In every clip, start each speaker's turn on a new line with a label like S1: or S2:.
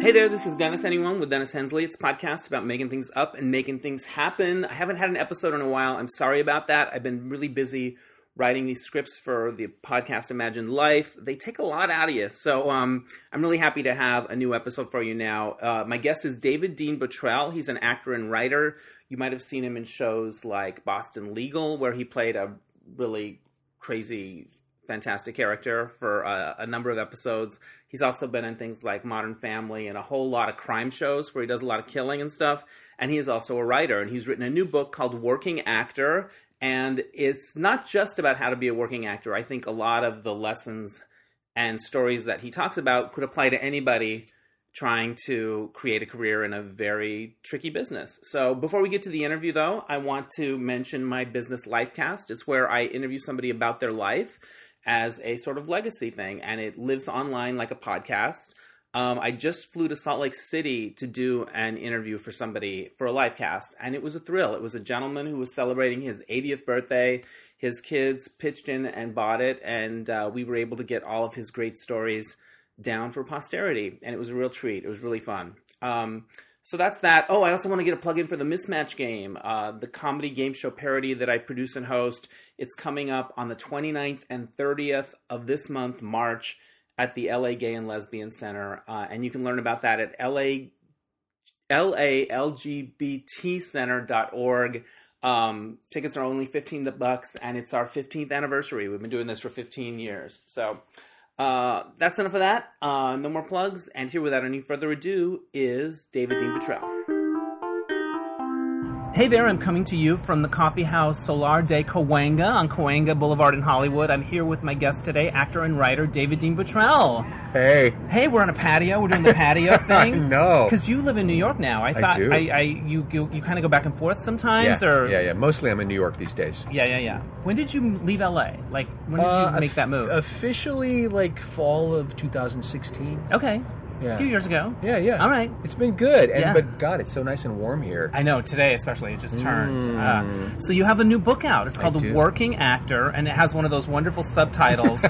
S1: Hey there, this is Dennis Anyone with Dennis Hensley. It's a podcast about making things up and making things happen. I haven't had an episode in a while. I'm sorry about that. I've been really busy writing these scripts for the podcast Imagine Life. They take a lot out of you. So um, I'm really happy to have a new episode for you now. Uh, my guest is David Dean Bottrell. He's an actor and writer. You might have seen him in shows like Boston Legal, where he played a really crazy fantastic character for uh, a number of episodes. He's also been in things like Modern Family and a whole lot of crime shows where he does a lot of killing and stuff. And he is also a writer, and he's written a new book called Working Actor. And it's not just about how to be a working actor. I think a lot of the lessons and stories that he talks about could apply to anybody trying to create a career in a very tricky business. So, before we get to the interview, though, I want to mention my business Lifecast. It's where I interview somebody about their life as a sort of legacy thing, and it lives online like a podcast. Um, I just flew to Salt Lake City to do an interview for somebody for a live cast, and it was a thrill. It was a gentleman who was celebrating his 80th birthday. His kids pitched in and bought it, and uh, we were able to get all of his great stories down for posterity, and it was a real treat. It was really fun. Um, so that's that. Oh, I also want to get a plug in for the Mismatch Game, uh, the comedy game show parody that I produce and host. It's coming up on the 29th and 30th of this month, March, at the LA Gay and Lesbian Center. Uh, and you can learn about that at LA, LALGBTcenter.org. Um, tickets are only 15 bucks, and it's our 15th anniversary. We've been doing this for 15 years. So uh, that's enough of that. Uh, no more plugs. And here, without any further ado, is David Dean Petrell. Hey there, I'm coming to you from the coffee house Solar de Coanga on Coanga Boulevard in Hollywood. I'm here with my guest today, actor and writer David Dean Buttrell.
S2: Hey,
S1: Hey, we're on a patio. We're doing the patio thing.
S2: I know.
S1: Because you live in New York now. I thought
S2: do.
S1: I, I you you, you kind of go back and forth sometimes,
S2: yeah,
S1: or
S2: yeah, yeah. Mostly, I'm in New York these days.
S1: yeah, yeah, yeah. When did you leave LA? Like when did
S2: Uh,
S1: you make that move?
S2: Officially, like fall of 2016.
S1: okay,
S2: Yeah.
S1: a few years ago.
S2: Yeah, yeah.
S1: All right.
S2: It's been good, and
S1: Yeah.
S2: but God, it's so nice and warm here.
S1: I know today, especially, it just turned. Uh, so you have a new book out. It's called The
S2: Mm. do.
S1: Working Actor, and it has one of those wonderful subtitles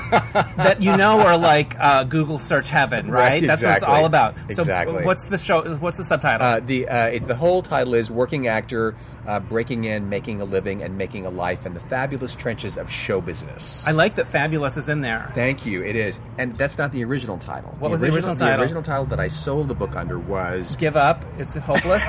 S1: that you know are like uh, Google search heaven, right?
S2: Right,
S1: That's what it's
S2: exactly.
S1: all about. So
S2: Exactly.
S1: what's the show? What's the subtitle?
S2: Uh, the uh, it's the whole title is "Working Actor: uh, Breaking In, Making a Living, and Making a Life in the Fabulous Trenches of Show Business."
S1: I like that fabulous is in there.
S2: Thank you. It is, and that's not the original title.
S1: What was the original title?
S2: The original title that I sold the book under was
S1: Give up. It's hopeless.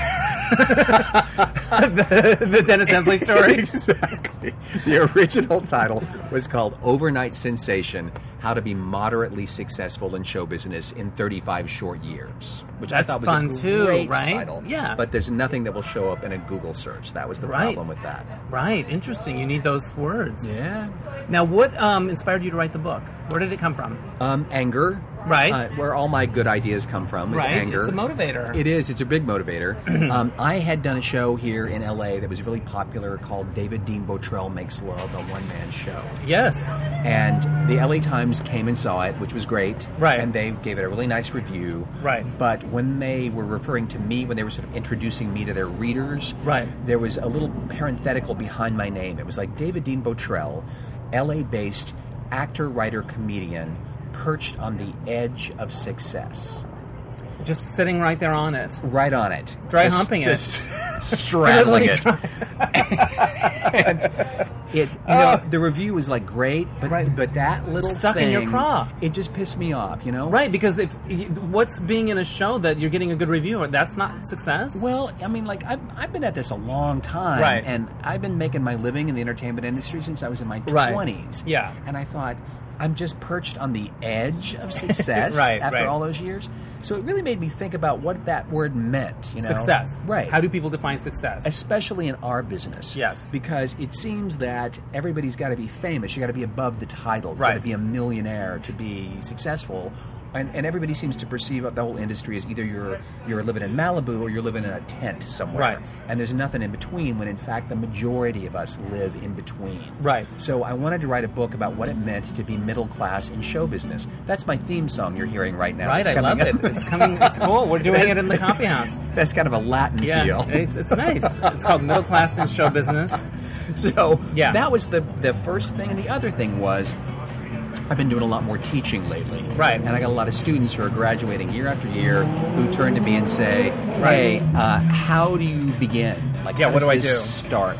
S1: the, the Dennis Hensley story.
S2: exactly. The original title was called Overnight Sensation How to Be Moderately Successful in Show Business in 35 Short Years, which
S1: That's
S2: I thought was
S1: fun
S2: a
S1: too,
S2: great
S1: right?
S2: title.
S1: Yeah.
S2: But there's nothing that will show up in a Google search. That was the
S1: Right.
S2: problem with that.
S1: right. Interesting. You need those words.
S2: Yeah.
S1: Now, what um, inspired you to write the book? Where did it come from?
S2: Um, anger.
S1: Right.
S2: Uh, where all my good ideas come from is
S1: right.
S2: anger.
S1: It's a motivator.
S2: It is. It's a big motivator. um, I had done a show here in LA that was really popular called David Dean Botrell Makes Love, a one man show.
S1: yes.
S2: and the LA Times came and saw it, which was great.
S1: Right.
S2: And they gave it a really nice review.
S1: Right.
S2: But when they were referring to me, when they were sort of introducing me to their readers,
S1: Right.
S2: there was a little parenthetical behind my name. It was like David Dean Botrell, LA based actor, writer, comedian, perched on the edge of success.
S1: Just sitting right there on it.
S2: Right on it.
S1: Dry
S2: Just-
S1: humping it.
S2: just straddling it. It, you know, the review was like great, but
S1: Oh. Right.
S2: but that little
S1: Stuck in
S2: thing,
S1: your craw.
S2: It just pissed me off, you know.
S1: Right, because if what's being in a show that you're getting a good review, or that's not success.
S2: Well, I mean, like I've, I've been at this a long time,
S1: Right.
S2: and I've been making my living in the entertainment industry since I was in my
S1: Right.
S2: twenties.
S1: Yeah.
S2: and I thought I'm just perched on the edge of success
S1: Right,
S2: after
S1: right.
S2: all those years. So it really made me think about what that word meant. You know,
S1: success.
S2: right?
S1: How do people define success?
S2: especially in our business.
S1: Yes.
S2: Because it seems that everybody's got to be famous. You got to be above the title. You got
S1: Right.
S2: to be a millionaire to be successful. And, and everybody seems to perceive the whole industry as either you're you're living in Malibu or you're living in a tent somewhere,
S1: Right.
S2: and there's nothing in between. When in fact, the majority of us live in between.
S1: Right.
S2: So I wanted to write a book about what it meant to be middle class in show business. That's my theme song you're hearing right now.
S1: right,
S2: It's
S1: I love
S2: coming
S1: it.
S2: up.
S1: It's coming. It's cool. We're doing it in the coffee house.
S2: That's kind of a Latin
S1: Yeah,
S2: feel.
S1: it's, it's nice. It's called middle class in show business.
S2: So
S1: Yeah.
S2: that was the the first thing, and the other thing was I've been doing a lot more teaching lately.
S1: Right.
S2: And I got a lot of students who are graduating year after year who turn to me and say, "Hey, uh, how do you begin? Like,
S1: Yeah,
S2: how
S1: what
S2: does
S1: do I
S2: this
S1: do?"
S2: Start."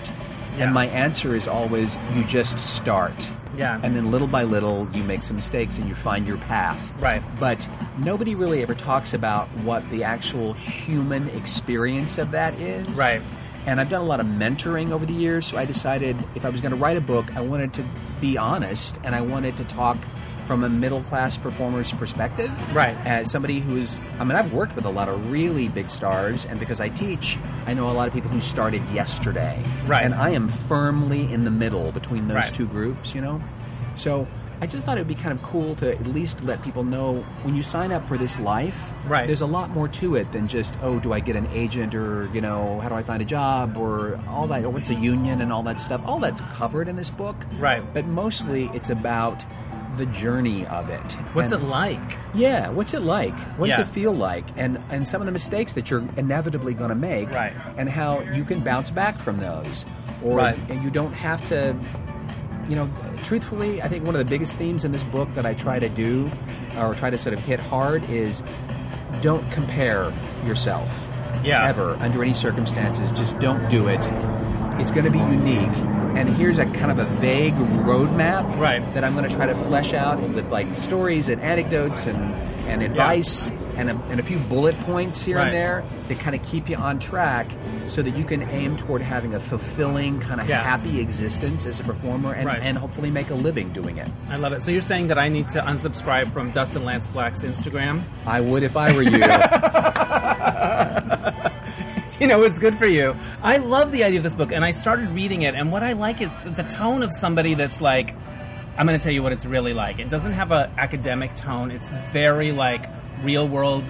S1: Yeah.
S2: And my answer is always, "You just start."
S1: Yeah.
S2: And then little by little, you make some mistakes and you find your path.
S1: Right.
S2: But nobody really ever talks about what the actual human experience of that is.
S1: Right.
S2: And I've done a lot of mentoring over the years, so I decided if I was going to write a book, I wanted to be honest and I wanted to talk from a middle class performer's perspective.
S1: Right.
S2: As somebody who's, I mean, I've worked with a lot of really big stars, and because I teach, I know a lot of people who started yesterday.
S1: Right.
S2: And I am firmly in the middle between those
S1: Right.
S2: two groups, you know? So I just thought it would be kind of cool to at least let people know when you sign up for this life,
S1: Right.
S2: there's a lot more to it than just, oh, do I get an agent or, you know, how do I find a job or all that, or what's a union and all that stuff. All that's covered in this book.
S1: Right.
S2: But mostly it's about the journey of it.
S1: What's
S2: And-
S1: it like?
S2: yeah, what's it like? What
S1: Yeah.
S2: does it feel like? And and some of the mistakes that you're inevitably going to make,
S1: Right.
S2: and how you can bounce back from those, or
S1: Right.
S2: and you don't have to. You know, truthfully, I think one of the biggest themes in this book that I try to do, or try to sort of hit hard, is don't compare yourself.
S1: Yeah.
S2: Ever under any circumstances, just don't do it. It's going to be unique. And here's a kind of a vague roadmap
S1: Right.
S2: that I'm going to try to flesh out with like stories and anecdotes and, and advice and, a, and a few bullet points here
S1: Right.
S2: and there to kind of keep you on track so that you can aim toward having a fulfilling, kind of
S1: Yeah.
S2: happy existence as a performer and,
S1: Right.
S2: and hopefully make a living doing it.
S1: I love it. So you're saying that I need to unsubscribe from Dustin Lance Black's Instagram?
S2: I would if I were you. yeah,
S1: You know, it's good for you. I love the idea of this book, and I started reading it, and what I like is the tone of somebody that's like, I'm going to tell you what it's really like. It doesn't have a academic tone. It's very like real world,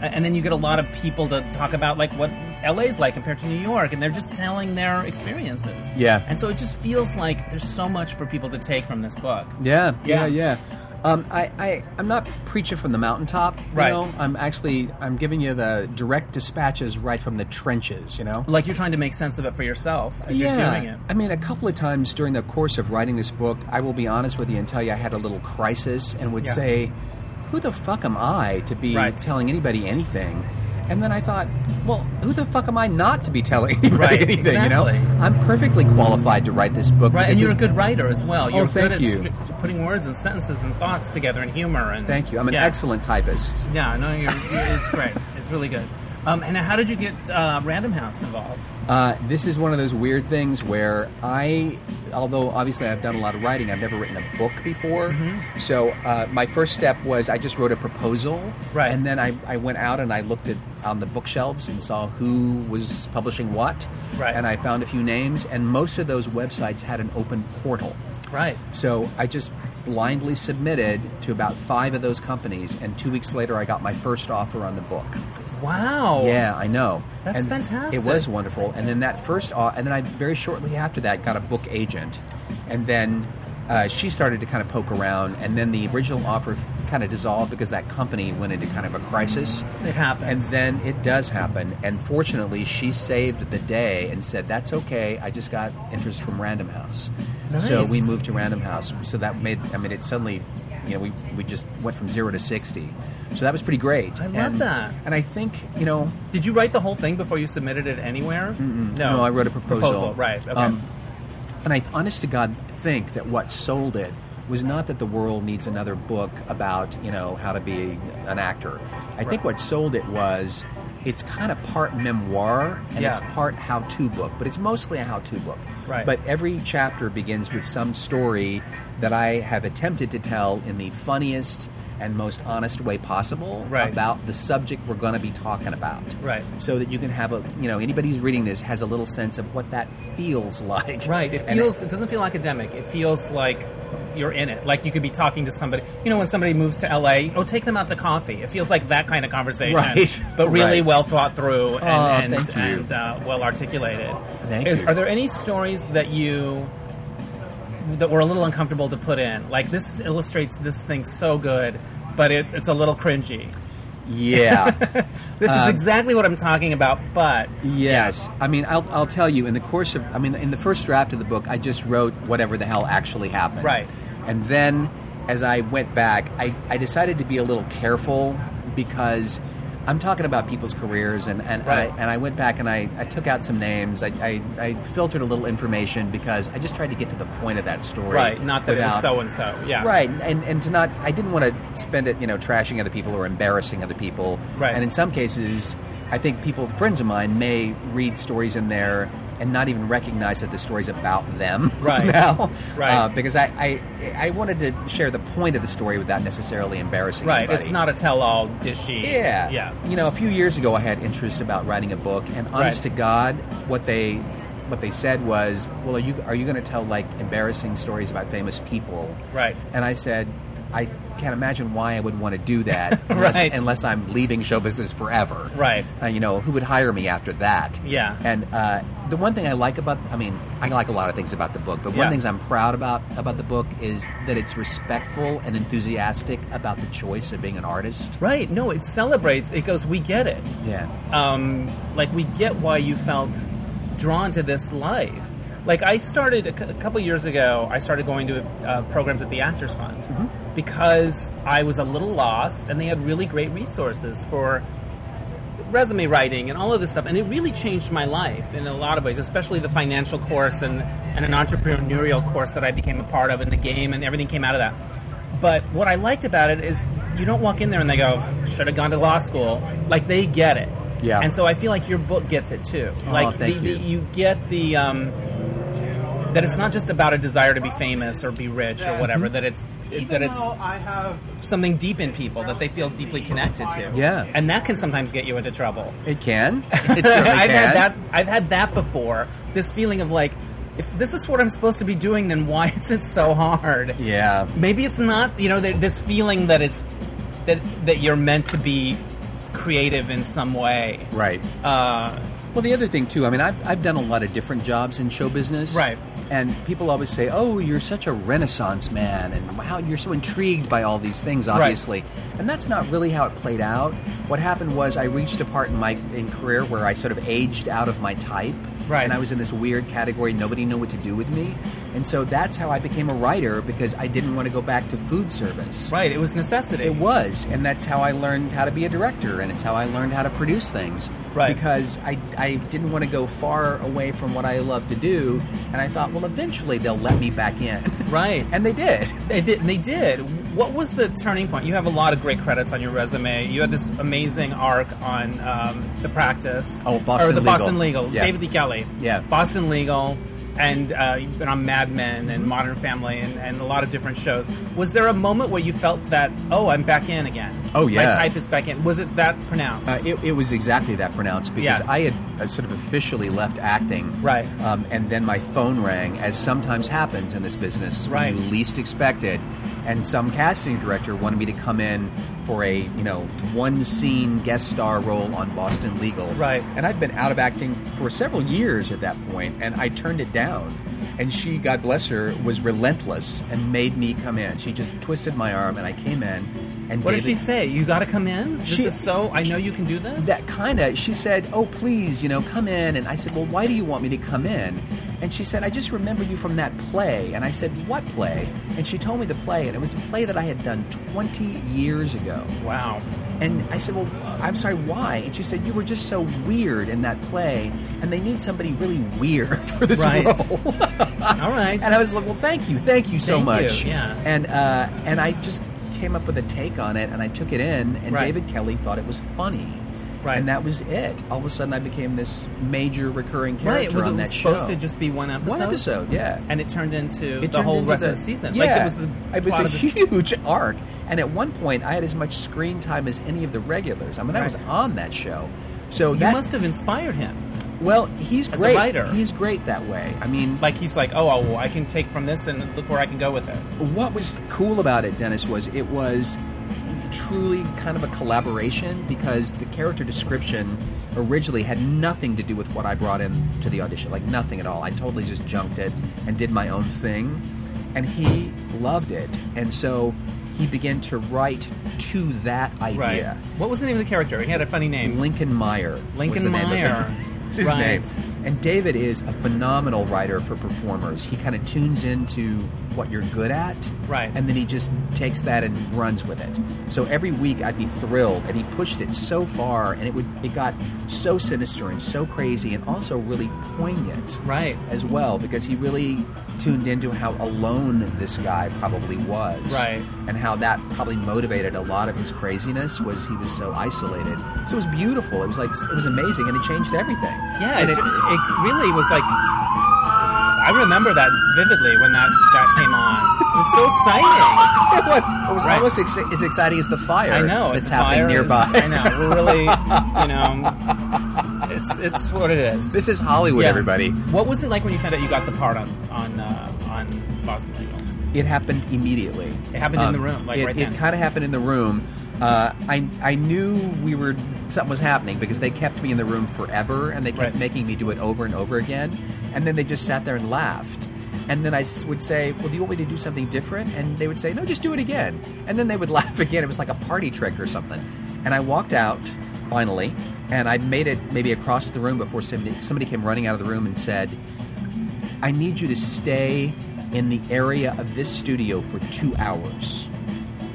S1: a- and then you get a lot of people to talk about like what LA's like compared to New York, and they're just telling their experiences.
S2: Yeah.
S1: and so it just feels like there's so much for people to take from this book.
S2: yeah,
S1: Yeah.
S2: yeah. Um, I, I, I'm not preaching from the mountaintop, you
S1: Right.
S2: know? I'm actually, I'm giving you the direct dispatches right from the trenches, you know?
S1: Like you're trying to make sense of it for yourself as you're doing it.
S2: I mean, a couple of times during the course of writing this book, I will be honest with you and tell you I had a little crisis and would
S1: Yeah.
S2: say, "Who the fuck am I to be
S1: Right.
S2: telling anybody anything?" And then I thought, "Well, who the fuck am I not to be telling anybody
S1: Right,
S2: anything?" You
S1: exactly.
S2: know, I'm perfectly qualified to write this book.
S1: Right,
S2: because
S1: and you're a
S2: this- Oh,
S1: good writer as well. You're
S2: thank
S1: good
S2: you.
S1: at stri- putting words and sentences and thoughts together and humor. And
S2: Thank you. I'm an
S1: yeah.
S2: excellent typist.
S1: Yeah, no, you're, you're- it's great. It's really good. Um, and how did you get uh, Random House involved?
S2: Uh, this is one of those weird things where I, although obviously I've done a lot of writing, I've never written a book before.
S1: Mm-hmm.
S2: So uh, my first step was I just wrote a proposal,
S1: Right.
S2: And then I, I went out and I looked at on the bookshelves and saw who was publishing what,
S1: Right.
S2: And I found a few names, and most of those websites had an open portal.
S1: Right.
S2: So I just blindly submitted to about five of those companies, and two weeks later I got my first offer on the book.
S1: Wow.
S2: Yeah, I know.
S1: Oh, That's
S2: And
S1: fantastic.
S2: It was wonderful. And then that first, au- and then I very shortly after that got a book agent, and then uh, she started to kind of poke around, and then the original offer kind of dissolved because that company went into kind of a crisis.
S1: It happens.
S2: And then it does happen, and fortunately, she saved the day and said, "That's okay. I just got interest from Random House." So
S1: Nice.
S2: we moved to Random House. So that made, I mean, it suddenly, you know, we, we just went from zero to 60. So that was pretty great.
S1: I love
S2: And-
S1: that.
S2: And I think, you know,
S1: Did you write the whole thing before you submitted it anywhere? No.
S2: No, I wrote a proposal.
S1: right. Okay.
S2: Um, and I, honest to God, think that what sold it was not that the world needs another book about you know how to be an actor. I think what sold it was it's kind of part memoir and
S1: Yeah.
S2: it's part how-to book, but it's mostly a how-to book.
S1: Right.
S2: But every chapter begins with some story that I have attempted to tell in the funniest and most honest way possible
S1: Right.
S2: about the subject we're going to be talking about
S1: Right.
S2: so that you can have a you know anybody who's reading this has a little sense of what that feels like
S1: Right. It
S2: And
S1: feels. It doesn't feel academic. It feels like you're in it. Like you could be talking to somebody. You know, when somebody moves to LA, oh, take them out to coffee. It feels like that kind of conversation,
S2: Right.
S1: but really
S2: Right.
S1: well thought through
S2: Oh,
S1: and and,
S2: thank you.
S1: and uh, well articulated.
S2: Thank
S1: Is-
S2: you.
S1: Are there any stories that you? That were a little uncomfortable to put in. Like this illustrates this thing so good, but it, it's a little cringy.
S2: yeah
S1: This is
S2: Um,
S1: exactly what I'm talking about, but
S2: yes i mean I'll, I'll tell you in the course of i mean in the first draft of the book i just wrote whatever the hell actually happened
S1: Right.
S2: and then as I went back, I, I decided to be a little careful because I'm talking about people's careers, and, and,
S1: Right.
S2: I, and I went back and I, I took out some names. I, I, I filtered a little information because I just tried to get to the point of that story.
S1: Right, not that it
S2: without-
S1: was so and so. Yeah.
S2: Right, and and to not, I didn't want to spend it, you know, trashing other people or embarrassing other people.
S1: Right.
S2: And in some cases, I think people, friends of mine, may read stories in there and not even recognize that the story's about them.
S1: Right.
S2: Now,
S1: Right.
S2: Uh, because I, I I wanted to share the point of the story without necessarily embarrassing.
S1: Right.
S2: anybody.
S1: It's not a tell all dishy.
S2: Yeah.
S1: Yeah.
S2: You know, a few years ago, I had interest about writing a book, and honest
S1: Right.
S2: to God, what they what they said was, "Well, are you are you going to tell like embarrassing stories about famous people?"
S1: Right.
S2: And I said, "I can't imagine why I would want to do that unless,
S1: Right.
S2: unless I'm leaving show business forever."
S1: Right.
S2: Uh, you know, who would hire me after that?
S1: Yeah.
S2: And uh, the one thing I like about, I mean, I like a lot of things about the book, but one
S1: Yeah.
S2: of the things I'm proud about about the book is that it's respectful and enthusiastic about the choice of being an artist.
S1: Right. No, it celebrates. It goes, we get it.
S2: Yeah.
S1: um, like we get why you felt drawn to this life. Like I started a, cou- a couple years ago, I started going to uh, programs at the Actors Fund because I was a little lost, and they had really great resources for resume writing and all of this stuff. And it really changed my life in a lot of ways, especially the financial course and, and an entrepreneurial course that I became a part of in the game, and everything came out of that. But what I liked about it is you don't walk in there and they go, should have gone to law school. Like they get it.
S2: Yeah.
S1: And so I feel like your book gets it too.
S2: Oh,
S1: like
S2: thank
S1: the,
S2: you.
S1: The, you get the um, that it's not just about a desire to be famous or be rich or
S2: Mm-hmm.
S1: whatever. That it's that
S3: Even
S1: it's
S3: though I have
S1: something deep in people that they feel deeply connected to.
S2: Yeah.
S1: And that can sometimes get you into trouble.
S2: It can. It certainly
S1: I've
S2: can.
S1: had Uh, that I've had that before. This feeling of like if this is what I'm supposed to be doing then why is it so hard?
S2: Yeah.
S1: Maybe it's not, you know, th- this feeling that it's that that you're meant to be creative in some way.
S2: Right.
S1: Uh,
S2: Well, the other thing too. I mean, I've I've done a lot of different jobs in show business.
S1: Right.
S2: And people always say, "Oh, you're such a Renaissance man," and "Wow, you're so intrigued by all these things." Obviously, and that's not really how it played out. What happened was I reached a part in my in career where I sort of aged out of my type.
S1: Right.
S2: And I was in this weird category. Nobody knew what to do with me, and so that's how I became a writer because I didn't want to go back to food service.
S1: right, it was necessity.
S2: It was, and that's how I learned how to be a director, and it's how I learned how to produce things.
S1: Right.
S2: Because I, I didn't want to go far away from what I love to do, and I thought, well, eventually they'll let me back in.
S1: Right.
S2: And they did.
S1: They did, they did. What was the turning point? You have a lot of great credits on your resume. You had this amazing arc on um, the practice.
S2: Oh, Boston
S1: or the
S2: Legal.
S1: Boston Legal.
S2: Yeah.
S1: David D. Kelly.
S2: Yeah.
S1: Boston Legal, and uh, you've been on Mad Men
S2: Mm-hmm.
S1: and Modern Family and, and a lot of different shows. Was there a moment where you felt that oh, I'm back in again?
S2: Oh, yeah.
S1: my type is back in. Was it that pronounced?
S2: Uh, it, it was exactly that pronounced because
S1: Yeah.
S2: I had uh, sort of officially left acting.
S1: Right.
S2: Um, and then my phone rang, as sometimes happens in this business
S1: Right.
S2: when you least expect it. And some casting director wanted me to come in for a you know one scene guest star role on Boston Legal.
S1: Right.
S2: And I'd been out of acting for several years at that point, and I turned it down. And she, God bless her, was relentless and made me come in. She just twisted my arm, and I came in. And
S1: what did
S2: David-
S1: she say? You got to come in. This
S2: She-
S1: is so. I know you can do this.
S2: that kind of she said oh please you know come in and i said well why do you want me to come in and she said i just remember you from that play and i said what play and she told me the play and it was a play that i had done 20 years ago
S1: wow.
S2: and i said well i'm sorry why and she said you were just so weird in that play and they need somebody really weird for this
S1: Right.
S2: role
S1: All right.
S2: and I was like, "Well, thank you, thank you so
S1: Thank
S2: much."
S1: you, yeah.
S2: And uh, and I just came up with a take on it, and I took it in, and
S1: Right.
S2: David Kelly thought it was funny.
S1: Right.
S2: And that was it. All of a sudden, I became this major recurring character
S1: right. Was
S2: on
S1: it
S2: that
S1: supposed
S2: show.
S1: to just be one episode?
S2: one episode, yeah.
S1: and it turned into
S2: It
S1: the
S2: turned
S1: whole
S2: into
S1: rest of the season.
S2: Yeah,
S1: Like it was the
S2: it was
S1: plot
S2: a
S1: of the
S2: huge arc, and at one point, I had as much screen time as any of the regulars. I mean, I was
S1: Right.
S2: on that show, so
S1: You
S2: that
S1: must have inspired him.
S2: well, he's
S1: as a
S2: great.
S1: writer.
S2: He's great that way. I mean,
S1: Like he's like, oh, well, I can take from this and look where I can go with it.
S2: what was cool about it, Dennis, was it was truly kind of a collaboration because the character description originally had nothing to do with what I brought in to the audition, like nothing at all. I totally just junked it and did my own thing, and he loved it, and so he began to write to that idea.
S1: What was the name of the character? He had a funny name.
S2: Lincoln Meyer. was
S1: Lincoln
S2: the name of it.
S1: Meyer.
S2: It's his
S1: Right.
S2: name. And David is a phenomenal writer for performers. He kind of tunes into what you're good at,
S1: Right.
S2: And then he just takes that and runs with it. So every week I'd be thrilled, and he pushed it so far, and it would it got so sinister and so crazy, and also really poignant,
S1: Right.
S2: As well, because he really tuned into how alone this guy probably was,
S1: Right.
S2: And how that probably motivated a lot of his craziness was he was so isolated. So it was beautiful. It was like it was amazing, and it changed everything.
S1: Yeah,
S2: And
S1: it, it, really was like. I remember that vividly when that, that came on. It was so exciting.
S2: It was. It was
S1: Right.
S2: almost ex- as exciting as the fire.
S1: I know
S2: that's
S1: the fire
S2: happening
S1: is-
S2: nearby.
S1: I know we're really, you know, it's it's what it is.
S2: This is Hollywood,
S1: Yeah.
S2: everybody.
S1: What was it like when you found out you got the part on on uh, on Boston Legal?
S2: It happened immediately. Um,
S1: It happened in the room, like
S2: it,
S1: right
S2: It
S1: then.
S2: kind of happened in the room. Uh, I I knew we were something was happening because they kept me in the room forever and they kept
S1: Right.
S2: making me do it over and over again, and then they just sat there and laughed. And then I s- would say, "Well, do you want me to do something different?" And they would say, "No, just do it again." And then they would laugh again. It was like a party trick or something. And I walked out finally, and I made it maybe across the room before somebody, somebody came running out of the room and said, I need you to stay in the area of this studio for two hours.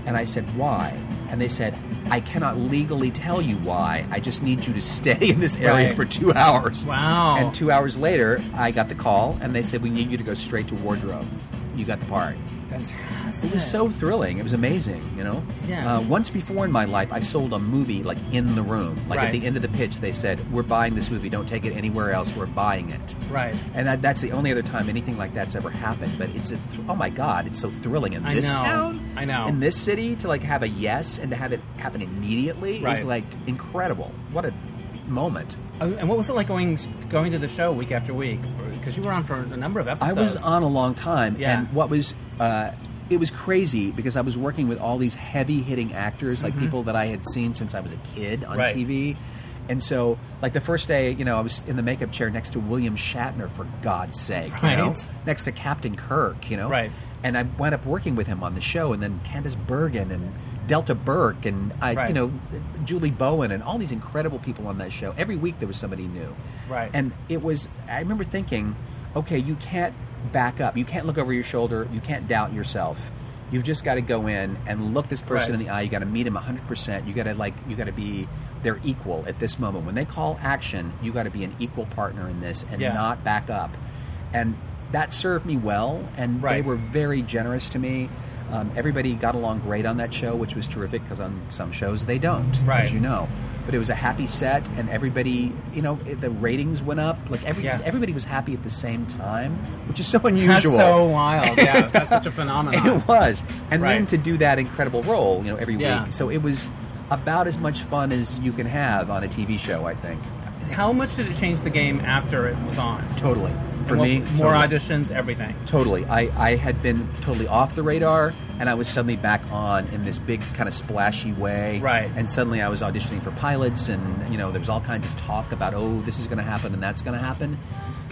S2: And I said, Why? And they said, I cannot legally tell you why. I just need you to stay in this area
S1: Right.
S2: for two hours.
S1: Wow.
S2: And two hours later, I got the call and they said, We need you to go straight to wardrobe. You got the part.
S1: Fantastic.
S2: It was so thrilling. It was amazing, you know?
S1: Yeah.
S2: Uh, once before in my life, I sold a movie like in the room. Like
S1: Right.
S2: at the end of the pitch, they said, We're buying this movie. Don't take it anywhere else. We're buying it.
S1: right.
S2: And that, that's the only other time anything like that's ever happened. But it's a th- oh my god, it's so thrilling in
S1: I
S2: this
S1: know.
S2: town,
S1: I know.
S2: in this city to like have a yes and to have it happen immediately
S1: Right.
S2: is like incredible. What a moment!
S1: Oh, And what was it like going going to the show week after week? Because you were on for a number of
S2: I
S1: episodes.
S2: was on a long time,
S1: Yeah.
S2: and what was uh, it was crazy because I was working with all these heavy hitting actors, like people that I had seen since I was a kid on
S1: Mm-hmm. Right.
S2: TV. And so, like the first day, you know, I was in the makeup chair next to William Shatner, for God's sake, you know?
S1: Right.
S2: next to Captain Kirk, you know,
S1: Right.
S2: And I wound up working with him on the show, and then Candace Bergen and Delta Burke, and I,
S1: Right.
S2: you know, Julie Bowen, and all these incredible people on that show. Every week there was somebody new,
S1: Right.
S2: And it was. I remember thinking, okay, you can't back up, you can't look over your shoulder, you can't doubt yourself. You've just got to go in and look this person
S1: Right.
S2: in the eye. You got to meet him 100%. You got to like you got to be their equal at this moment. When they call action, you got to be an equal partner in this and
S1: Yeah.
S2: not back up. And that served me well, and they
S1: Right.
S2: were very generous to me. Um, everybody got along great on that show, which was terrific because on some shows they don't,
S1: Right.
S2: as you know. But it was a happy set, and everybody, you know, it- the ratings went up. Like every
S1: Yeah.
S2: everybody was happy at the same time, which is so
S1: That's
S2: unusual.
S1: so wild. Yeah, that's such a phenomenon.
S2: It was, and then
S1: Right.
S2: to do that incredible role, you know, every
S1: Yeah.
S2: week. So it was about as much fun as you can have on a TV show, I think.
S1: How much did it change the game after it was on?
S2: Totally, for
S1: And what-
S2: me,
S1: more
S2: totally.
S1: auditions, everything.
S2: Totally. I, I had been totally off the radar, and I was suddenly back on in this big kind of splashy way.
S1: Right.
S2: And suddenly I was auditioning for pilots, and you know there was all kinds of talk about oh this is going to happen and that's going to happen.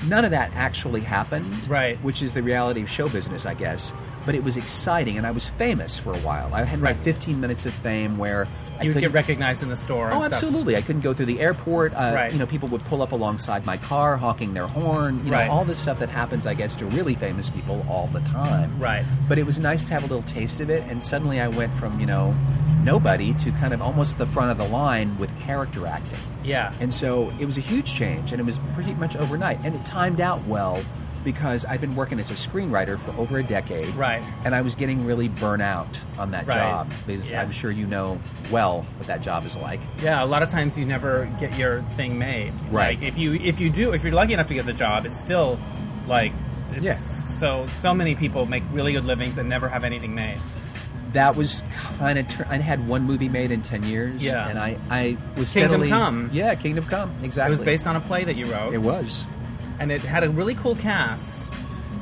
S2: None of that actually happened.
S1: Right.
S2: Which is the reality of show business, I guess. But it was exciting, and I was famous for a while. I had my 15 minutes of fame where I
S1: You would
S2: couldn't
S1: get recognized in the store. And
S2: Oh,
S1: stuff.
S2: absolutely! I couldn't go through the airport. Uh,
S1: Right.
S2: You know, people would pull up alongside my car, honking their horn. You know,
S1: Right.
S2: all this stuff that happens, I guess, to really famous people all the time.
S1: Right.
S2: But it was nice to have a little taste of it, and suddenly I went from you know nobody to kind of almost the front of the line with character acting.
S1: Yeah.
S2: And so it was a huge change, and it was pretty much overnight, and it timed out well because I'd been working as a screenwriter for over a decade.
S1: Right.
S2: And I was getting really burnt out on that
S1: Right.
S2: job because
S1: Yeah.
S2: I'm sure you know well what that job is like.
S1: Yeah, a lot of times you never get your thing made.
S2: Right.
S1: Like if you if you do if you're lucky enough to get the job, it's still like it's
S2: Yeah.
S1: so so many people make really good livings and never have anything made.
S2: that was kind of. Tr- I had one movie made in ten years.
S1: Yeah.
S2: and I I was
S1: Kingdom
S2: steadily.
S1: Come.
S2: Yeah, Kingdom Come.
S1: It
S2: Exactly.
S1: was based on a play that you wrote
S2: It was.
S1: and it had a really cool cast.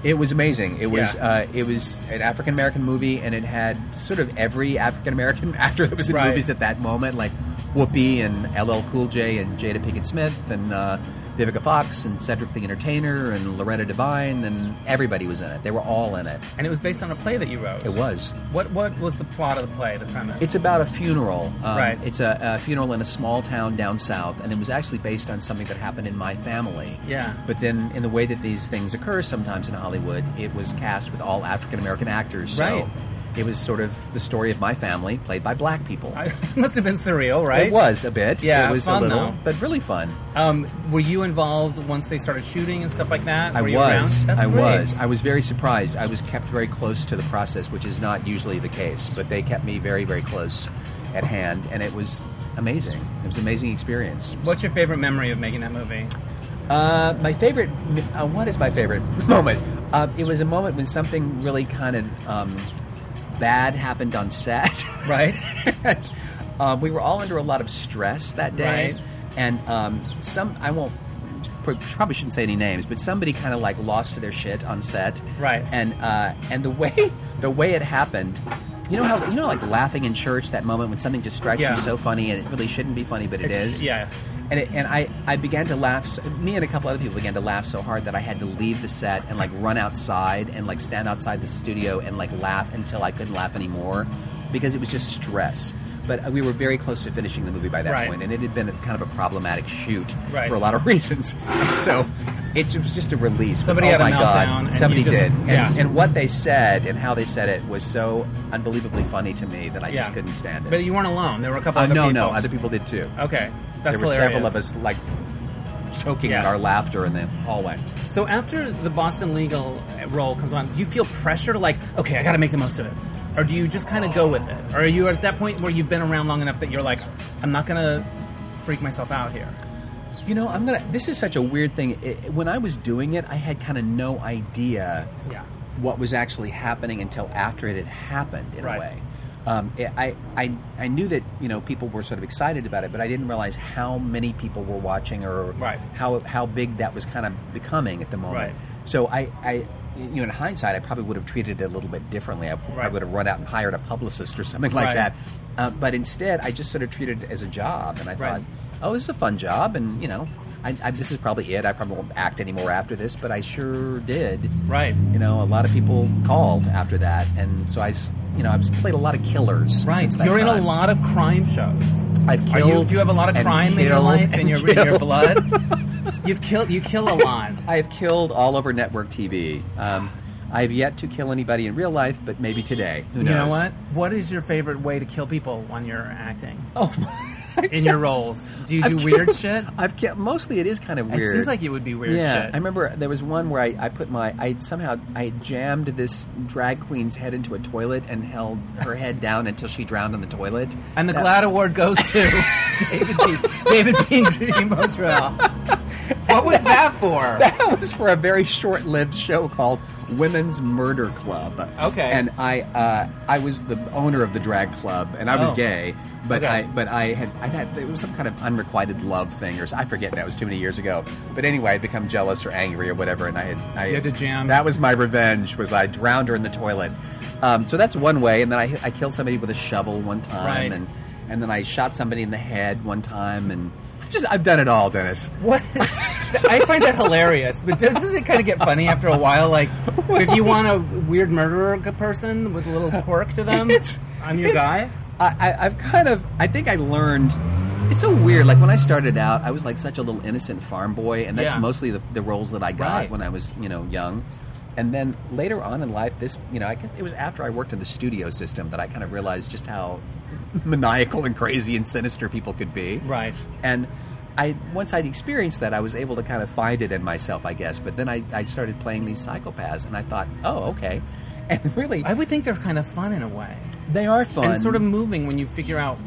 S2: It was amazing. It was.
S1: Yeah.
S2: Uh, it was an African American movie, and it had sort of every African American actor that was in
S1: Right.
S2: movies at that moment, like Whoopi and LL Cool J and Jada Pinkett Smith and uh, Vivica Fox and Cedric the Entertainer and Loretta Devine and everybody was in it. They were all in it.
S1: And it was based on a play that you wrote.
S2: It was.
S1: What What was the plot of the play? The premise.
S2: It's about a funeral. Um,
S1: Right.
S2: It's a, a funeral in a small town down south, and it was actually based on something that happened in my family.
S1: Yeah.
S2: But then, in the way that these things occur sometimes in Hollywood, it was cast with all African American actors. So
S1: Right.
S2: It was sort of the story of my family played by black people.
S1: it must have been surreal, right?
S2: It was a bit.
S1: Yeah,
S2: It was
S1: fun,
S2: a little,
S1: though.
S2: but really fun.
S1: Um, were you involved once they started shooting and stuff like that?
S2: I
S1: were you
S2: was.
S1: Around? That's
S2: I
S1: great.
S2: was. I was very surprised. I was kept very close to the process, which is not usually the case, but they kept me very, very close at hand, and it was amazing. It was an amazing experience.
S1: What's your favorite memory of making that movie?
S2: Uh, my favorite. Uh, what is my favorite moment? Uh, it was a moment when something really kind of um, bad happened on set.
S1: Right?
S2: And, um, we were all under a lot of stress that day,
S1: Right.
S2: and um, some I won't pr- probably shouldn't say any names, but somebody kind of like lost their shit on set,
S1: Right.
S2: And uh, and the way the way it happened. You know how you know like laughing in church that moment when something just strikes
S1: Yeah.
S2: you so funny and it really shouldn't be funny but it
S1: It's-
S2: is
S1: yeah.
S2: and, it, and I, I began to laugh. So, me and a couple other people began to laugh so hard that I had to leave the set and like run outside and like stand outside the studio and like laugh until I couldn't laugh anymore because it was just stress. But uh, we were very close to finishing the movie by that
S1: Right.
S2: point, and it had been a, kind of a problematic shoot
S1: Right.
S2: for a lot of reasons. So it was just a release. but
S1: Somebody
S2: oh
S1: had a
S2: my
S1: meltdown,
S2: god!
S1: and
S2: Somebody
S1: you just-
S2: did. And,
S1: yeah.
S2: and what they said and how they said it was so unbelievably funny to me that I
S1: Yeah.
S2: just couldn't stand it.
S1: But you weren't alone. There were a couple
S2: Uh,
S1: other
S2: no,
S1: people.
S2: no, other people did too
S1: Okay. That's
S2: there were
S1: hilarious.
S2: several of us like choking
S1: Yeah.
S2: at our laughter in the hallway.
S1: So after the Boston legal role comes on, do you feel pressure to like, okay, I got to make the most of it, or do you just kind of go with it, or are you at that point where you've been around long enough that you're like, I'm not gonna freak myself out here?
S2: You know, I'm gonna. This is such a weird thing. It, when I was doing it, I had kind of no idea
S1: Yeah.
S2: what was actually happening until after it had happened. In
S1: Right.
S2: a way, um, it, I I I knew that you know people were sort of excited about it, but I didn't realize how many people were watching or
S1: Right.
S2: how how big that was kind of becoming at the moment.
S1: Right.
S2: So I I. You know, in hindsight, I probably would have treated it a little bit differently. I, I
S1: Right.
S2: would have run out and hired a publicist or something like
S1: Right.
S2: that. Uh, but instead, I just sort of treated it as a job, and I
S1: Right.
S2: thought, oh, this is a fun job, and you know, I, I, this is probably it. I probably won't act anymore after this, but I sure did.
S1: Right.
S2: You know, a lot of people called after that, and so I, s- you know, I've s- played a lot of killers.
S1: Right.
S2: since that
S1: You're in a
S2: time.
S1: lot of crime shows.
S2: I've
S1: Are you,
S2: killed
S1: do you have a lot of
S2: and
S1: crime in your
S2: killed
S1: life in
S2: and
S1: your, in your
S2: killed.
S1: blood? You've killed. You kill a lot.
S2: I have killed all over network TV. Um, I have yet to kill anybody in real life, but maybe today. Who knows?
S1: You know what? What is your favorite way to kill people when you're acting?
S2: Oh,
S1: In your roles, do you do
S2: I've
S1: weird
S2: killed-
S1: shit?
S2: I've killed, mostly it is kind of weird.
S1: It seems like it would be weird
S2: yeah,
S1: shit.
S2: I remember there was one where I, I put my I somehow I jammed this drag queen's head into a toilet and held her head down until she drowned in the toilet.
S1: And the
S2: That-
S1: GLAD award goes to David P. David P. Dream Montreal. What was that for?
S2: that was for a very short-lived show called Women's Murder Club.
S1: Okay.
S2: And I uh, I was the owner of the drag club, and I was
S1: Oh.
S2: gay, but
S1: Okay.
S2: I but I had I had it was some kind of unrequited love thing, or s- I forget now. It was too many years ago. But anyway, I'd become jealous or angry or whatever, and I had I
S1: You had to jam.
S2: That was my revenge. Was I drowned her in the toilet? Um, so that's one way, and then I I killed somebody with a shovel one time,
S1: Right.
S2: and and then I shot somebody in the head one time, and just I've done it all, Dennis.
S1: What? I find that hilarious, but doesn't it kind of get funny after a while? Like, if you want a weird murderer g- person with a little quirk to them,
S2: It's-
S1: I'm your
S2: it's-
S1: guy.
S2: I, I, I've kind of, I think I learned. It's so weird. Like when I started out, I was like such a little innocent farm boy, and that's
S1: Yeah.
S2: mostly the, the roles that I got
S1: Right.
S2: when I was, you know, young. And then later on in life, this, you know, I, guess it was after I worked in the studio system that I kind of realized just how maniacal and crazy and sinister people could be.
S1: Right.
S2: And I once I'd experienced that, I was able to kind of find it in myself, I guess. But then I, I started playing these psychopaths, and I thought, oh, okay. And really,
S1: I would think they're kind of fun in a way.
S2: they are fun.
S1: and sort of moving when you figure out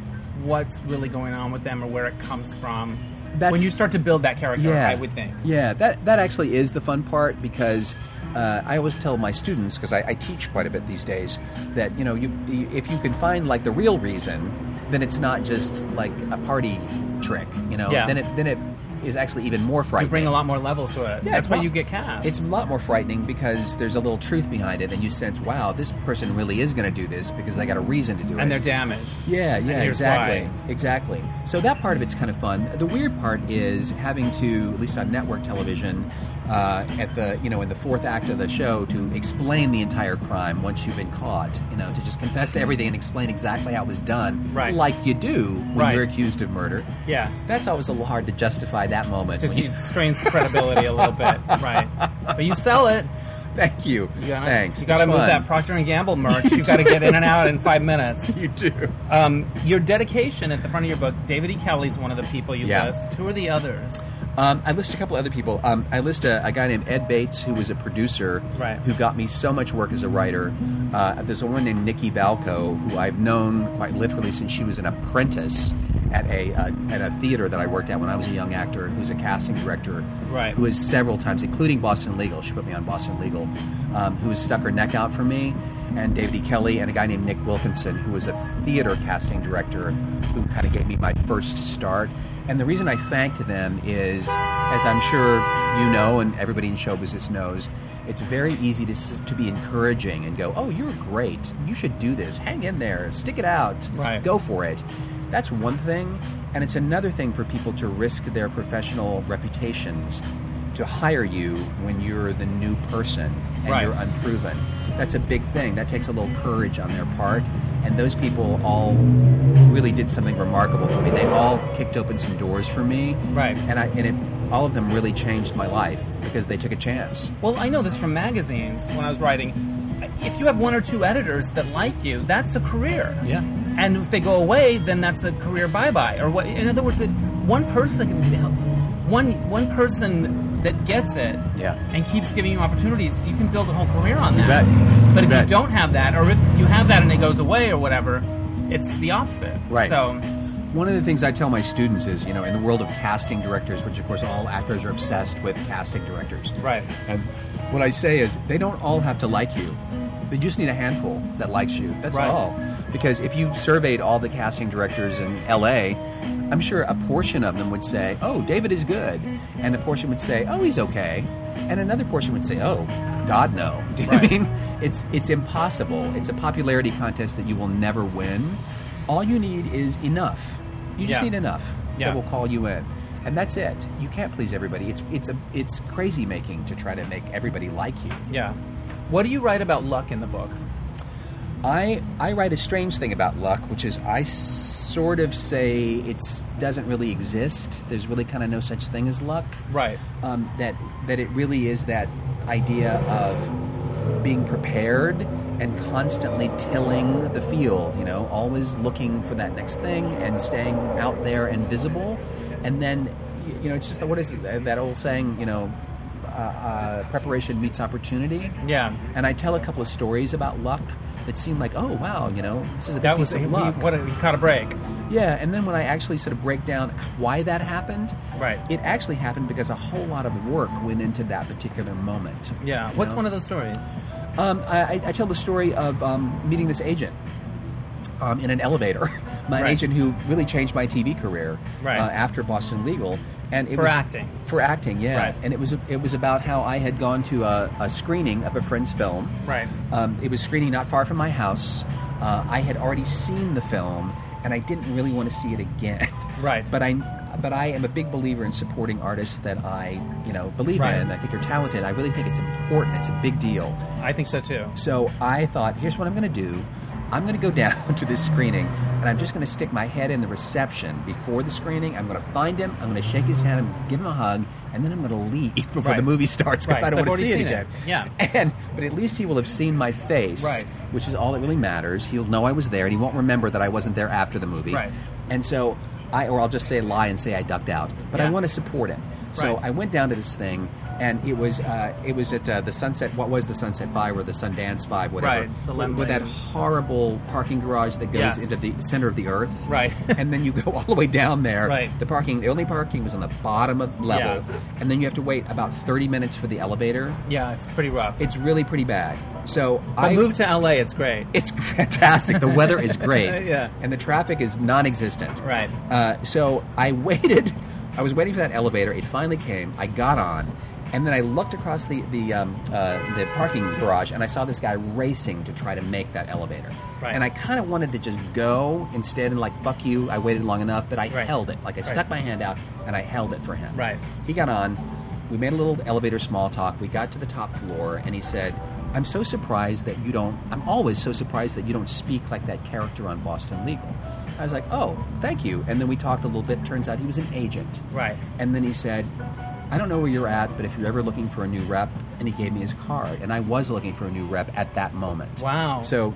S1: what's really going on with them or where it comes from.
S2: That's-
S1: when you start to build that character,
S2: Yeah,
S1: I would think.
S2: Yeah, that that actually is the fun part because uh, I always tell my students because I, I teach quite a bit these days that you know you, you if you can find like the real reason, then it's not just like a party trick. You know,
S1: Yeah.
S2: then it then it is actually even more frightening.
S1: You bring a lot more level to it.
S2: Yeah,
S1: That's
S2: it's
S1: why
S2: mo-
S1: you get cast.
S2: It's a lot more frightening because there's a little truth behind it, and you sense, wow, this person really is going to do this because they got a reason to do it.
S1: and they're damaged.
S2: Yeah, yeah,
S1: here's
S2: exactly. Exactly. So that part of it's kind of fun. The weird part is having to, at least on network television, uh, at the you know in the fourth act of the show to explain the entire crime once you've been caught. You know to just confess to everything and explain exactly how it was done,
S1: Right.
S2: Like you do when
S1: Right.
S2: you're accused of murder.
S1: Yeah.
S2: That's always a little hard to justify that moment.
S1: Just
S2: when you-
S1: it strains the credibility a little bit, right? But you sell it.
S2: thank you.
S1: You gotta,
S2: Thanks.
S1: You got to
S2: It's
S1: move
S2: fun.
S1: that Procter and Gamble merch. You got to get in and out in five minutes.
S2: you do.
S1: Um, your dedication at the front of your book, David E. Kelly's one of the people you
S2: Yeah.
S1: list. Who are the others?
S2: Um, I list a couple other people. Um, I list a, a guy named Ed Bates, who was a producer,
S1: Right.
S2: who got me so much work as a writer. Uh, there's a woman named Nikki Valco, who I've known quite literally since she was an apprentice at a uh, at a theater that I worked at when I was a young actor, who's a casting director,
S1: Right.
S2: who has several times, including Boston Legal, she put me on Boston Legal, um, who has stuck her neck out for me, and David E. Kelly, and a guy named Nick Wilkinson, who was a theater casting director, who kind of gave me my first start. And the reason I thanked them is, as I'm sure you know, and everybody in show business knows, it's very easy to, s- to be encouraging and go, oh, you're great. You should do this. Hang in there. Stick it out.
S1: Right.
S2: Go for it. That's one thing. And it's another thing for people to risk their professional reputations to hire you when you're the new person and
S1: Right.
S2: you're unproven. That's a big thing. That takes a little courage on their part. And those people all really did something remarkable for me. They all kicked open some doors for me.
S1: Right.
S2: And I and it all of them really changed my life because they took a chance.
S1: Well, I know this from magazines when I was writing. If you have one or two editors that like you, that's a career.
S2: Yeah.
S1: And if they go away, then that's a career bye bye. Or what? In other words, it, one person can help. One one person that gets it
S2: Yeah.
S1: and keeps giving you opportunities, you can build a whole career on that.
S2: bet.
S1: But if
S2: You bet.
S1: you don't have that, or if you have that and it goes away or whatever, it's the opposite.
S2: Right.
S1: So
S2: One of the things I tell my students is, you know, in the world of casting directors, which of course all actors are obsessed with casting directors.
S1: right.
S2: And what I say is, they don't all have to like you. They just need a handful that likes you. That's
S1: Right.
S2: all. Because if you surveyed all the casting directors in LA, I'm sure a portion of them would say, "Oh, David is good," and a portion would say, "Oh, he's okay," and another portion would say, "Oh, God no." Do you know what I
S1: Right.
S2: mean? It's it's impossible. It's a popularity contest that you will never win. All you need is enough. You just
S1: Yeah.
S2: need enough
S1: Yeah.
S2: that will call you in, and that's it. You can't please everybody. It's it's a, it's crazy making to try to make everybody like you.
S1: Yeah. What do you write about luck in the book?
S2: I I write a strange thing about luck, which is I sort of say it doesn't really exist. There's really kind of no such thing as luck.
S1: Right.
S2: Um, that that it really is that idea of being prepared and constantly tilling the field. You know, always looking for that next thing and staying out there and visible. And then, y- you know, it's just what is it, that old saying? You know, uh, uh, preparation meets opportunity.
S1: Yeah.
S2: And I tell a couple of stories about luck that seem like, oh wow, you know, this is a big
S1: That was
S2: piece of
S1: he,
S2: luck.
S1: what a, he caught a break.
S2: yeah, and then when I actually sort of break down why that happened,
S1: Right.
S2: It actually happened because a whole lot of work went into that particular moment.
S1: Yeah.
S2: You
S1: What's
S2: know?
S1: one of those stories?
S2: Um, I, I- I tell the story of um, meeting this agent um, in an elevator. my
S1: Right.
S2: agent who really changed my TV career
S1: Right.
S2: uh, after Boston Legal, and it
S1: For
S2: was,
S1: acting.
S2: For acting, yeah.
S1: Right.
S2: And it was it was about how I had gone to a, a screening of a friend's film.
S1: Right.
S2: Um, it was screening not far from my house. Uh, I had already seen the film, and I didn't really want to see it again.
S1: Right.
S2: But I, but I am a big believer in supporting artists that I, you know, believe
S1: Right.
S2: in. I think are talented. I really think it's important. It's a big deal.
S1: I think so too.
S2: So I thought, here's what I'm going to do. I'm going to go down to this screening, and I'm just going to stick my head in the reception before the screening. I'm going to find him. I'm going to shake his hand. and give him a hug, and then I'm going to leave before
S1: Right.
S2: the movie starts because
S1: Right,
S2: I don't
S1: 'cause
S2: want
S1: I've
S2: to see it
S1: already
S2: again.
S1: seen it.
S2: And but at least he will have seen my face,
S1: Right.
S2: which is all that really matters. He'll know I was there, and he won't remember that I wasn't there after the movie.
S1: Right.
S2: And so I, or I'll just say lie and say I ducked out. But
S1: Yeah.
S2: I want to support him. So
S1: Right.
S2: I went down to this thing, and it was uh, it was at uh, the Sunset. What was the Sunset Five or the Sundance Five? Whatever.
S1: Right, the
S2: with, with that
S1: Lemley.
S2: horrible parking garage that goes
S1: Yes.
S2: into the center of the earth.
S1: Right.
S2: and then you go all the way down there.
S1: Right.
S2: The parking, the only parking was on the bottom of level,
S1: Yeah.
S2: and then you have to wait about thirty minutes for the elevator.
S1: Yeah, it's pretty rough.
S2: It's really pretty bad. So
S1: I
S2: I
S1: moved to LA. It's great.
S2: It's fantastic. The weather is great.
S1: Yeah.
S2: And the traffic is non existent.
S1: Right.
S2: Uh, so I waited I was waiting for that elevator. It finally came. I got on, and then I looked across the the um, uh, the parking garage, and I saw this guy racing to try to make that elevator.
S1: Right.
S2: And I kind of wanted to just go instead and like fuck you. I waited long enough, but I
S1: Right.
S2: held it. Like I stuck my hand out and I held it for him.
S1: Right.
S2: He got on. We made a little elevator small talk. We got to the top floor, and he said, "I'm so surprised that you don't. I'm always so surprised that you don't speak like that character on Boston Legal." I was like, "Oh, thank you." And then we talked a little bit. Turns out he was an agent.
S1: Right.
S2: And then he said, "I don't know where you're at, but if you're ever looking for a new rep," and he gave me his card, and I was looking for a new rep at that moment.
S1: Wow.
S2: So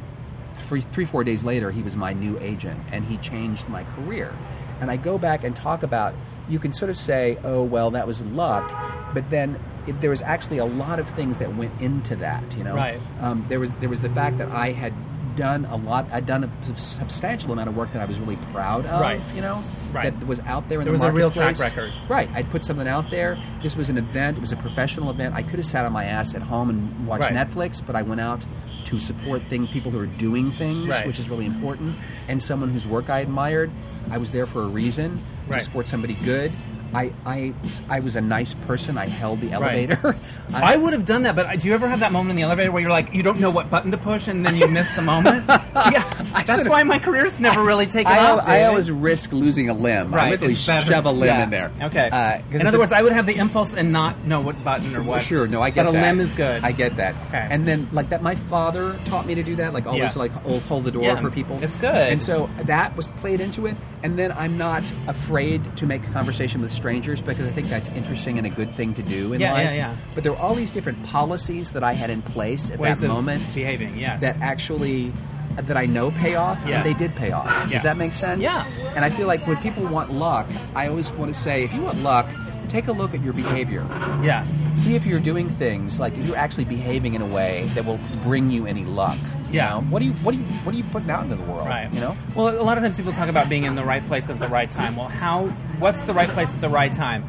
S2: three, three, four days later, he was my new agent, and he changed my career. And I go back and talk about. You can sort of say, "Oh, well, that was luck," but then it, there was actually a lot of things that went into that. You know,
S1: Right.
S2: um, there was there was the fact that I had done a lot. I'd done a sub- substantial amount of work that I was really proud of.
S1: Right.
S2: You know,
S1: Right.
S2: that was out there in
S1: There
S2: the
S1: was a real
S2: marketplace.
S1: track record.
S2: Right. I'd put something out there. This was an event. It was a professional event. I could have sat on my ass at home and watched
S1: Right.
S2: Netflix, but I went out to support thing people who are doing things,
S1: Right.
S2: which is really important, and someone whose work I admired. I was there for a reason
S1: Right.
S2: to support somebody good. I, I I was a nice person. I held the elevator. I-
S1: I would have done that, but I- do you ever have that moment in the elevator where you're like, you don't know what button to push, and then you miss the moment? yeah, that's
S2: sorta-
S1: why my career's never really taken
S2: I,
S1: off.
S2: I
S1: David.
S2: always risk losing a limb. I
S1: right,
S2: literally
S1: it's better-
S2: shove a limb
S1: yeah.
S2: in there.
S1: Okay.
S2: Uh, 'cause
S1: in
S2: it's
S1: other
S2: a-
S1: words, I would have the impulse and not know what button or what.
S2: Sure, no, I get
S1: but
S2: that.
S1: a limb is good.
S2: I get that.
S1: Okay.
S2: And then like that, my father taught me to do that. Like always,
S1: Yeah.
S2: like hold, hold the door
S1: Yeah,
S2: for people.
S1: it's good.
S2: And so that was played into it. And then I'm not afraid to make a conversation with strangers because I think that's interesting and a good thing to do in
S1: Yeah,
S2: life.
S1: yeah, yeah.
S2: But there were all these different policies that I had in place at
S1: Ways
S2: that
S1: of
S2: moment
S1: behaving. Yes.
S2: that actually that I know pay off,
S1: Yeah.
S2: and they did pay off.
S1: Yeah.
S2: Does that make sense?
S1: Yeah.
S2: And I feel like when people want luck, I always want to say, if you want luck, take a look at your behavior.
S1: yeah.
S2: See if you're doing things like if you're actually behaving in a way that will bring you any luck. you
S1: Yeah.
S2: know? What do you what do you what are you putting out into the world?
S1: Right.
S2: You know.
S1: Well, a lot of times people talk about being in the right place at the right time. Well, how? What's the right place at the right time?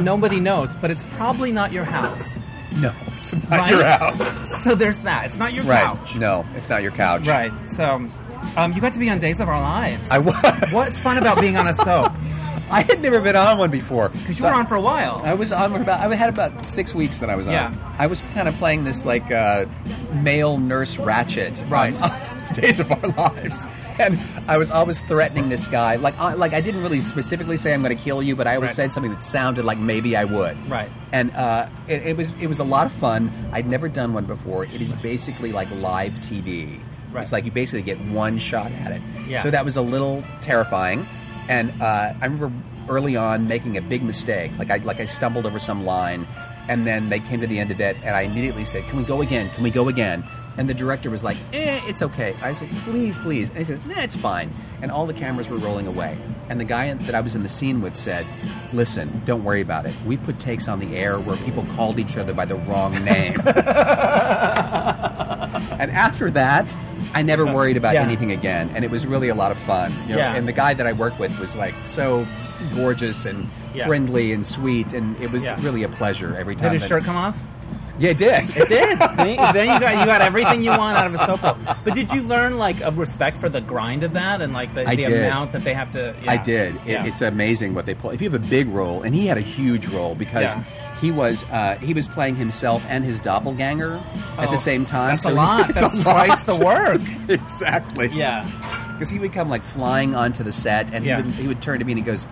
S1: Nobody knows, but it's probably not your house.
S2: No, it's not
S1: Right? your house. So there's that. It's not your
S2: Right.
S1: couch.
S2: No, it's not your couch.
S1: Right. So, um, you got to be on Days of Our Lives.
S2: I was.
S1: What's fun about being on a soap?
S2: I had never been on one before.
S1: Because you
S2: So
S1: were on for a while.
S2: I was on for about. I had about six weeks that I was on.
S1: Yeah.
S2: I was kind of playing this like uh, male nurse Ratchet, on-
S1: Right.
S2: on Days of Our Lives, and I was always threatening this guy. Like, I, like I didn't really specifically say I'm going to kill you, but I always
S1: Right.
S2: said something that sounded like maybe I would.
S1: Right.
S2: And uh, it, it was it was a lot of fun. I'd never done one before. It is basically like live TV.
S1: Right.
S2: It's like you basically get one shot at it.
S1: Yeah.
S2: So that was a little terrifying, and uh, I remember early on making a big mistake. Like I like I stumbled over some line, and then they came to the end of it, and I immediately said, "Can we go again? Can we go again?" And the director was like, "Eh, it's okay." I said, "Please, please," and he says, "Nah, it's fine." And all the cameras were rolling away, and the guy that I was in the scene with said, "Listen, don't worry about it. We put takes on the air where people called each other by the wrong name." And after that, I never worried about
S1: Yeah.
S2: anything again, and it was really a lot of fun. you know.
S1: Yeah.
S2: And the guy that I worked with was like so gorgeous and
S1: Yeah.
S2: friendly and sweet, and it was
S1: Yeah.
S2: really a pleasure every
S1: Did
S2: time.
S1: his
S2: that-
S1: shirt come off?
S2: Yeah, it did.
S1: It did. then you got you got everything you want out of a soap opera. But did you learn like a respect for the grind of that and like the,
S2: I
S1: the
S2: did.
S1: amount that they have to? yeah.
S2: I did. It,
S1: Yeah.
S2: It's amazing what they pull. If you have a big role, and he had a huge role because
S1: Yeah.
S2: he was uh, he was playing himself and his doppelganger at
S1: Oh,
S2: the same time.
S1: That's a
S2: so
S1: lot.
S2: it's a
S1: That's twice
S2: lot.
S1: the work.
S2: exactly.
S1: Yeah.
S2: because he would come like flying onto the set, and
S1: Yeah.
S2: he, would, he would turn to me and he goes,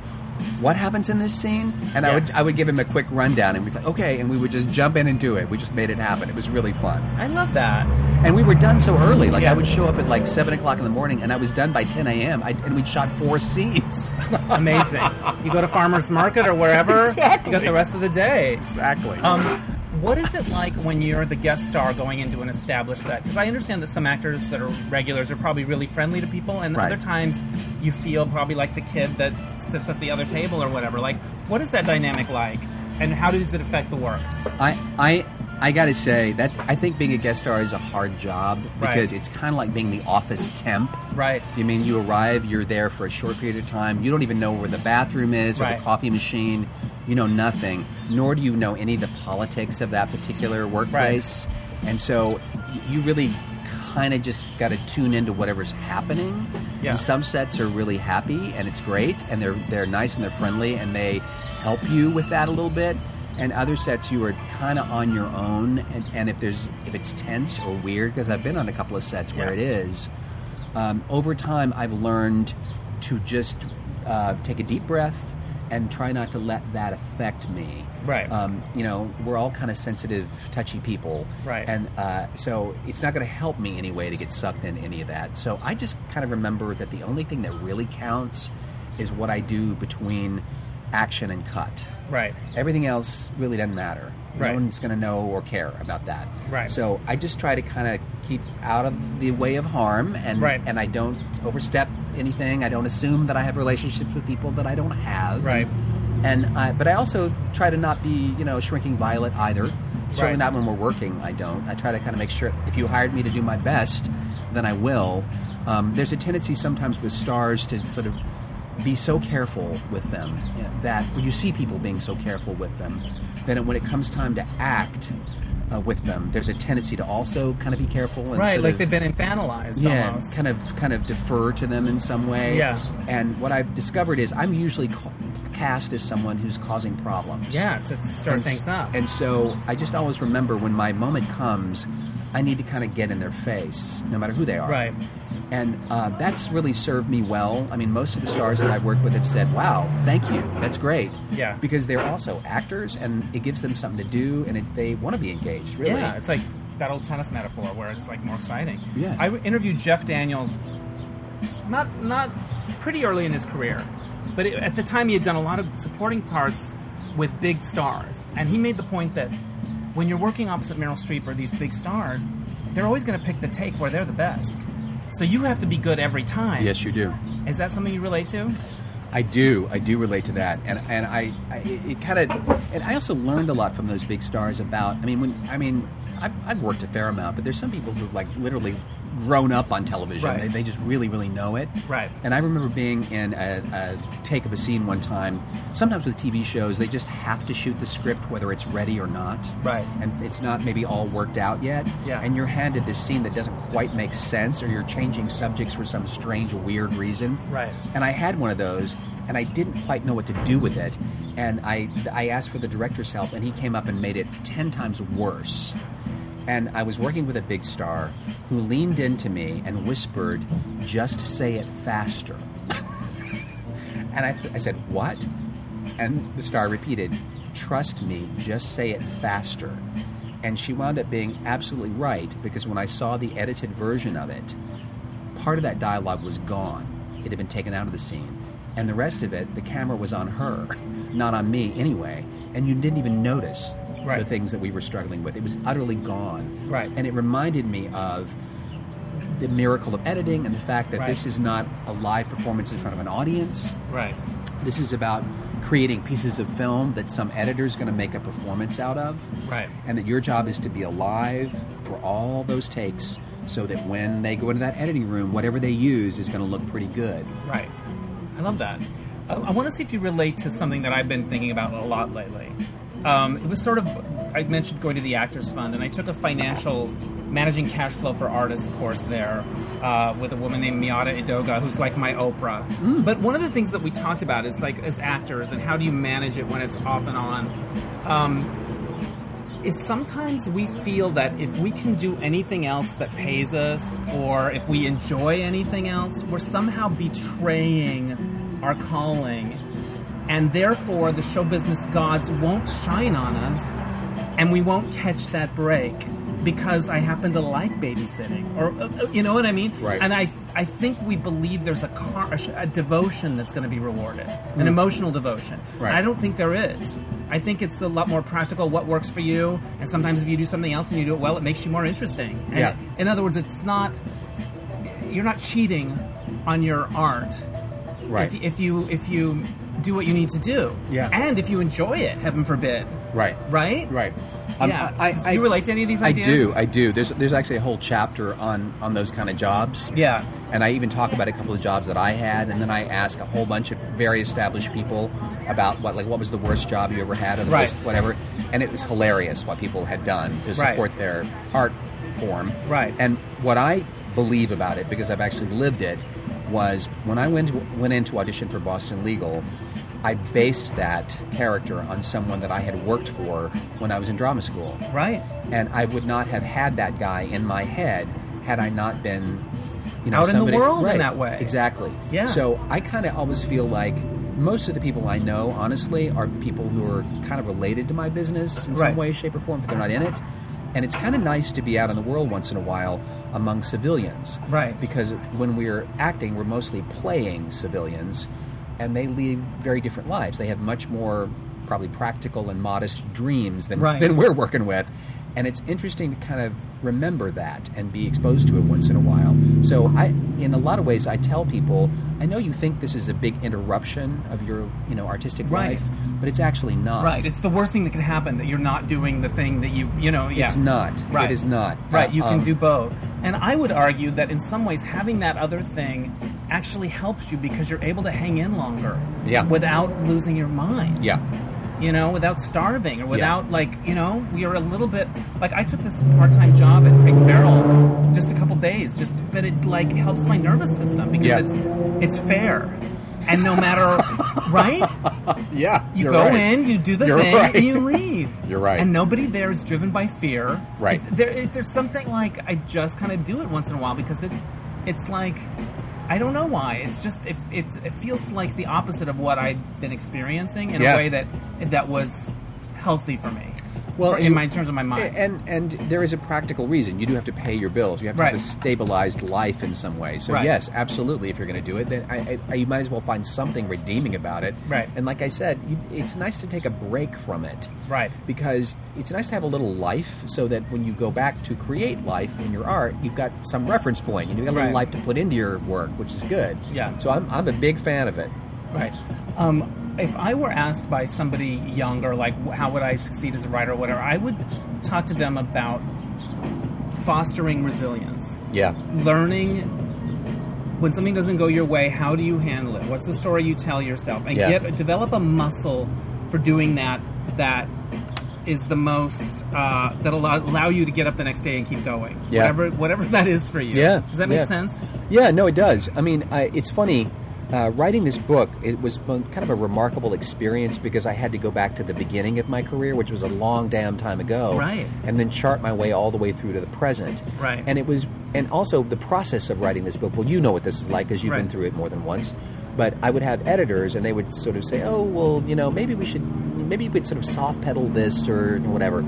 S2: "What happens in this scene?" And
S1: Yeah.
S2: I would I would give him a quick rundown, and we'd be like, "Okay," and we would just jump in and do it. We just made it happen. It was really fun,
S1: I love that.
S2: and we were done so early. Like
S1: Yeah.
S2: I would show up at like seven o'clock in the morning, and I was done by ten a.m. I, and we'd shot four scenes.
S1: Amazing. You go to farmers market or wherever.
S2: Exactly.
S1: You got the rest of the day.
S2: Exactly.
S1: Um, what is it like when you're the guest star going into an established set? Because I understand that some actors that are regulars are probably really friendly to people, and
S2: Right.
S1: other times you feel probably like the kid that sits at the other table or whatever. Like, what is that dynamic like, and how does it affect the work?
S2: I I I gotta say that I think being a guest star is a hard job
S1: Right.
S2: because it's kind of like being the office temp.
S1: Right.
S2: You mean you arrive, you're there for a short period of time. You don't even know where the bathroom is or
S1: Right.
S2: the coffee machine. You know nothing, nor do you know any of the politics of that particular workplace. And so y- you really kind of just got to tune into whatever's happening.
S1: Yeah.
S2: And some sets are really happy and it's great and they're they're nice and they're friendly and they help you with that a little bit. And other sets you are kind of on your own and, and if there's if it's tense or weird because I've been on a couple of sets where it
S1: Yeah.
S2: is. Um, over time, I've learned to just uh, take a deep breath and try not to let that affect me
S1: Right.
S2: um, you know, we're all kind of sensitive, touchy people.
S1: Right.
S2: And uh, so it's not going to help me anyway to get sucked in any of that. So I just kind of remember that the only thing that really counts is what I do between action and cut.
S1: Right.
S2: Everything else really doesn't matter.
S1: Right.
S2: No one's going to know or care about that.
S1: Right.
S2: So I just try to kind of keep out of the way of harm, and
S1: Right.
S2: and I don't overstep anything. I don't assume that I have relationships with people that I don't have.
S1: Right.
S2: And I, but I also try to not be you know a shrinking violet either. Certainly
S1: Right.
S2: not when we're working. I don't. I try to kind of make sure if you hired me to do my best, then I will. Um, there's a tendency sometimes with stars to sort of be so careful with them that when you see people being so careful with them, then when it comes time to act uh, with them, there's a tendency to also kind of be careful. And
S1: Right.
S2: sort
S1: Like
S2: of-
S1: they've been infantilized
S2: yeah,
S1: almost.
S2: kind of kind of defer to them in some way.
S1: Yeah.
S2: And what I've discovered is I'm usually ca- cast as someone who's causing problems.
S1: yeah, to stir
S2: And s-
S1: things up.
S2: And so I just always remember when my moment comes, I need to kind of get in their face, no matter who they are.
S1: Right.
S2: And uh, that's really served me well. I mean, most of the stars that I've worked with have said, "Wow, thank you, that's great."
S1: Yeah.
S2: Because they're also actors, and it gives them something to do, and it, they want to be engaged. Really.
S1: Yeah, it's like that old tennis metaphor where it's like more exciting.
S2: Yeah.
S1: I interviewed Jeff Daniels, not not pretty early in his career, but it, at the time he had done a lot of supporting parts with big stars, and he made the point that when you're working opposite Meryl Streep or these big stars, they're always going to pick the take where they're the best. So you have to be good every time.
S2: Yes, you do.
S1: Is that something you relate to?
S2: I do. I do relate to that, and and I, I it, it kind of, and I also learned a lot from those big stars about. I mean, when I mean, I've, I've worked a fair amount, but there's some people who've like literally grown up on television.
S1: Right.
S2: They, they just really, really know it.
S1: Right.
S2: And I remember being in a, a take of a scene one time. Sometimes with TV shows, they just have to shoot the script whether it's ready or not.
S1: Right.
S2: And it's not maybe all worked out yet.
S1: Yeah.
S2: And you're handed this scene that doesn't quite make sense, or you're changing subjects for some strange, weird reason
S1: Right.
S2: and I had one of those, and I didn't quite know what to do with it, and I I asked for the director's help, and he came up and made it ten times worse. And I was working with a big star who leaned into me and whispered, "Just say it faster." and I, I said, "What?" And the star repeated, "Trust me, just say it faster." And she wound up being absolutely right because when I saw the edited version of it, part of that dialogue was gone. It had been taken out of the scene. And the rest of it, the camera was on her, not on me anyway. And you didn't even notice the
S1: Right.
S2: things that we were struggling with. It was utterly gone.
S1: Right.
S2: And it reminded me of the miracle of editing and the fact that
S1: Right.
S2: this is not a live performance in front of an audience.
S1: Right.
S2: This is about creating pieces of film that some editor's going to make a performance out of.
S1: Right.
S2: And that your job is to be alive for all those takes so that when they go into that editing room, whatever they use is going to look pretty good.
S1: Right. I love that. I, I want to see if you relate to something that I've been thinking about a lot lately. Um, it was sort of, I mentioned going to the Actors Fund, and I took a financial managing cash flow for artists course there uh, with a woman named Miata Idoga, who's like my Oprah. But one of the things that we talked about is like as actors and how do you manage it when it's off and on. Um, is sometimes we feel that if we can do anything else that pays us or if we enjoy anything else, we're somehow betraying our calling. And therefore, the show business gods won't shine on us and we won't catch that break because I happen to like babysitting. Or, uh, you know what I mean?
S2: Right.
S1: And I, I think we believe there's a, car, a, sh- a devotion that's going to be rewarded, an emotional devotion.
S2: Mm. Right.
S1: I don't don't think there is. I think it's a lot more practical what works for you, and sometimes if you do something else and you do it well, it makes you more interesting. And
S2: Yeah.
S1: In other words, it's not you're not cheating on your art
S2: Right.
S1: if, if you if you do what you need to do,
S2: Yeah.
S1: and if you enjoy it, heaven forbid,
S2: right.
S1: right?
S2: Right. Um,
S1: Yeah.
S2: I,
S1: Do
S2: I,
S1: you
S2: I-
S1: relate to any of these ideas?
S2: I do. I do. There's there's actually a whole chapter on on those kind of jobs.
S1: Yeah.
S2: And I even talk about a couple of jobs that I had, and then I ask a whole bunch of very established people about what like what was the worst job you ever had or the
S1: Right.
S2: worst whatever, and it was hilarious what people had done to
S1: Right.
S2: support their art form.
S1: Right.
S2: And what I believe about it because I've actually lived it was when I went to, went in to audition for Boston Legal. I based that character on someone that I had worked for when I was in drama school
S1: Right.
S2: and I would not have had that guy in my head had I not been, you know,
S1: Out in the
S2: somebody-
S1: world in
S2: Right,
S1: that way.
S2: Exactly.
S1: Yeah.
S2: So I kind of always feel like most of the people I know, honestly, are people who are kind of related to my business in
S1: Right.
S2: some way, shape, or form, but they're not in it. And it's kind of nice to be out in the world once in a while among civilians,
S1: Right.
S2: Because when we're acting, we're mostly playing civilians, and they lead very different lives. They have much more probably practical and modest dreams than
S1: Right.
S2: than we're working with. And it's interesting to kind of remember that and be exposed to it once in a while. So I in a lot of ways I tell people, I know you think this is a big interruption of your, you know, artistic
S1: Right.
S2: life, but it's actually not.
S1: Right. It's the worst thing that can happen that you're not doing the thing that you, you know, yeah.
S2: It's not.
S1: Right.
S2: It is not.
S1: Right.
S2: Uh,
S1: You can
S2: um,
S1: do both. And I would argue that in some ways, having that other thing actually helps you because you're able to hang in longer
S2: Yeah.
S1: without losing your mind.
S2: Yeah.
S1: you know, without starving or without like, you know, we are a little bit like I took this part-time job at Craig Barrel just a couple days, just but it like helps my nervous system because
S2: Yeah.
S1: it's it's fair. And no matter right?
S2: Yeah.
S1: You go in, you do the
S2: You're
S1: thing,
S2: right.
S1: and you leave.
S2: You're right.
S1: And nobody there is driven by fear.
S2: Right.
S1: It's, there, it's, there's something like I just kind of do it once in a while because it, it's like, I don't know why. It's just it, it, it feels like the opposite of what I'd been experiencing in
S2: Yeah.
S1: a way that that was healthy for me.
S2: Well,
S1: for- in
S2: and-
S1: my in terms of my mind.
S2: And and there is a practical reason. You do have to pay your bills. You have to
S1: Right.
S2: have a stabilized life in some way. So
S1: Right.
S2: yes, absolutely. If you're going to do it, then I, I, I, you might as well find something redeeming about it.
S1: Right.
S2: And like I said, you, it's nice to take a break from it.
S1: Right.
S2: Because it's nice to have a little life, so that when you go back to create life in your art, you've got some reference point, and you've got a little
S1: Right.
S2: life to put into your work, which is good.
S1: Yeah.
S2: So I'm I'm a big fan of it.
S1: Right. Um, if I were asked by somebody younger, like wh- how would I succeed as a writer or whatever, I would talk to them about fostering resilience,
S2: Yeah.
S1: learning when something doesn't go your way, how do you handle it? What's the story you tell yourself? And
S2: Yeah.
S1: get develop a muscle for doing that. That is the most uh, that allow, allow you to get up the next day and keep going.
S2: Yeah.
S1: Whatever whatever that is for you.
S2: Yeah.
S1: Does that make
S2: yeah.
S1: sense?
S2: Yeah, no, it does. I mean, I, it's funny. Uh, writing this book, it was been kind of a remarkable experience because I had to go back to the beginning of my career, which was a long damn time ago,
S1: Right.
S2: And then chart my way all the way through to the present,
S1: Right.
S2: And it was, and also the process of writing this book. Well, you know what this is like because you've
S1: Right.
S2: been through it more than once. But I would have editors, and they would sort of say, "Oh, well, you know, maybe we should, maybe you could sort of soft pedal this or whatever."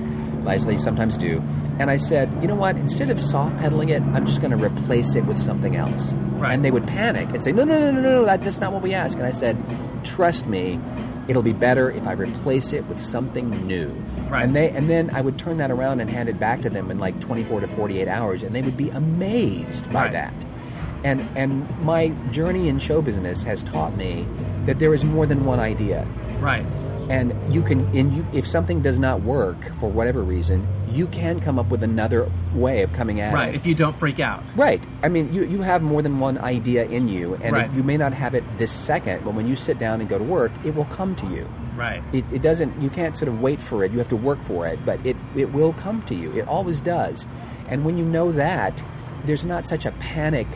S2: As they sometimes do. And I said, "You know what? Instead of soft pedaling it, I'm just going to replace it with something else."
S1: Right.
S2: And they would panic and say, "No, no, no, no, no, no that, that's not what we ask." And I said, "Trust me, it'll be better if I replace it with something new."
S1: Right.
S2: And they, and then I would turn that around and hand it back to them in like 24 to 48 hours, and they would be amazed by
S1: Right.
S2: that. And and my journey in show business has taught me that there is more than one idea,
S1: Right.
S2: and you can and you, if something does not work for whatever reason, you can come up with another way of coming at
S1: Right.
S2: it.
S1: If you don't freak out.
S2: Right. I mean, you, you have more than one idea in you, and
S1: Right.
S2: you may not have it this second, but when you sit down and go to work, it will come to you.
S1: Right.
S2: It, it doesn't, you can't sort of wait for it, you have to work for it, but it, it will come to you. It always does. And when you know that, there's not such a panic.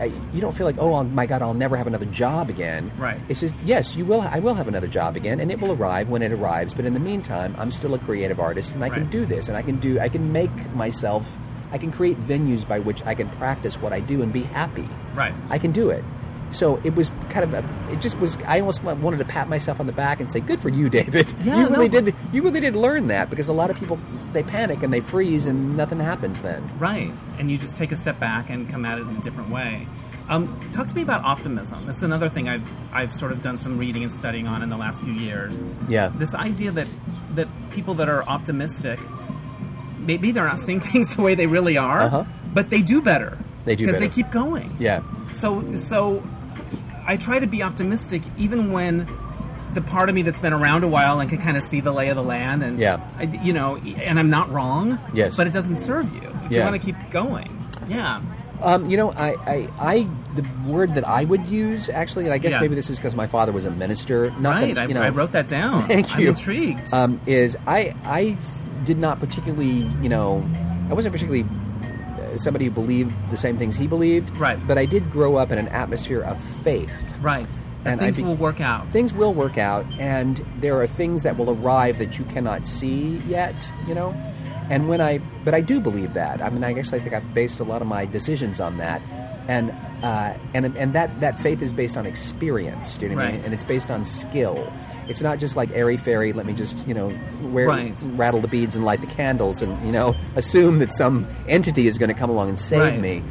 S2: Uh, You don't feel like, oh I'll- my God, I'll never have another job again.
S1: Right.
S2: It's just, yes, you will. I will have another job again, and it will arrive when it arrives. But in the meantime, I'm still a creative artist, and I can
S1: Right.
S2: do this, and I can do, I can make myself, I can create venues by which I can practice what I do and be happy.
S1: Right.
S2: I can do it. So it was kind of a, it just was. I almost wanted to pat myself on the back and say, "Good for you, David.
S1: Yeah,
S2: you really
S1: no.
S2: did. You really did learn that." Because a lot of people they panic and they freeze and nothing happens then.
S1: Right. And you just take a step back and come at it in a different way. Um, talk to me about optimism. That's another thing I've I've sort of done some reading and studying on in the last few years.
S2: Yeah.
S1: This idea that that people that are optimistic, maybe they're not seeing things the way they really are,
S2: Uh-huh.
S1: but they do better.
S2: They do
S1: because they
S2: better.
S1: keep going.
S2: Yeah.
S1: So so I try to be optimistic even when the part of me that's been around a while and can kind of see the lay of the land and
S2: Yeah.
S1: I, you know and I'm not wrong
S2: Yes.
S1: but it doesn't serve you if
S2: Yeah.
S1: you want to keep going yeah
S2: Um, you know, I, I, I, the word that I would use actually, and I guess
S1: Yeah.
S2: maybe this is because my father was a minister. Not
S1: Right,
S2: that, you
S1: I,
S2: know,
S1: I wrote that down.
S2: Thank
S1: I'm
S2: you.
S1: intrigued.
S2: um, is I I did not particularly you know I wasn't particularly uh, somebody who believed the same things he believed.
S1: Right.
S2: But I did grow up in an atmosphere of faith.
S1: right. And
S2: and I
S1: things
S2: be-
S1: will work out.
S2: Things will work out, and there are things that will arrive that you cannot see yet. You know. And when I, but I do believe that. I mean, I guess I think I've based a lot of my decisions on that, and uh, and and that that faith is based on experience. Do you know what I mean?
S1: Right.
S2: And it's based on skill. It's not just like airy fairy. Let me just you know wear
S1: Right.
S2: rattle the beads and light the candles and you know assume that some entity is going to come along and save
S1: Right.
S2: me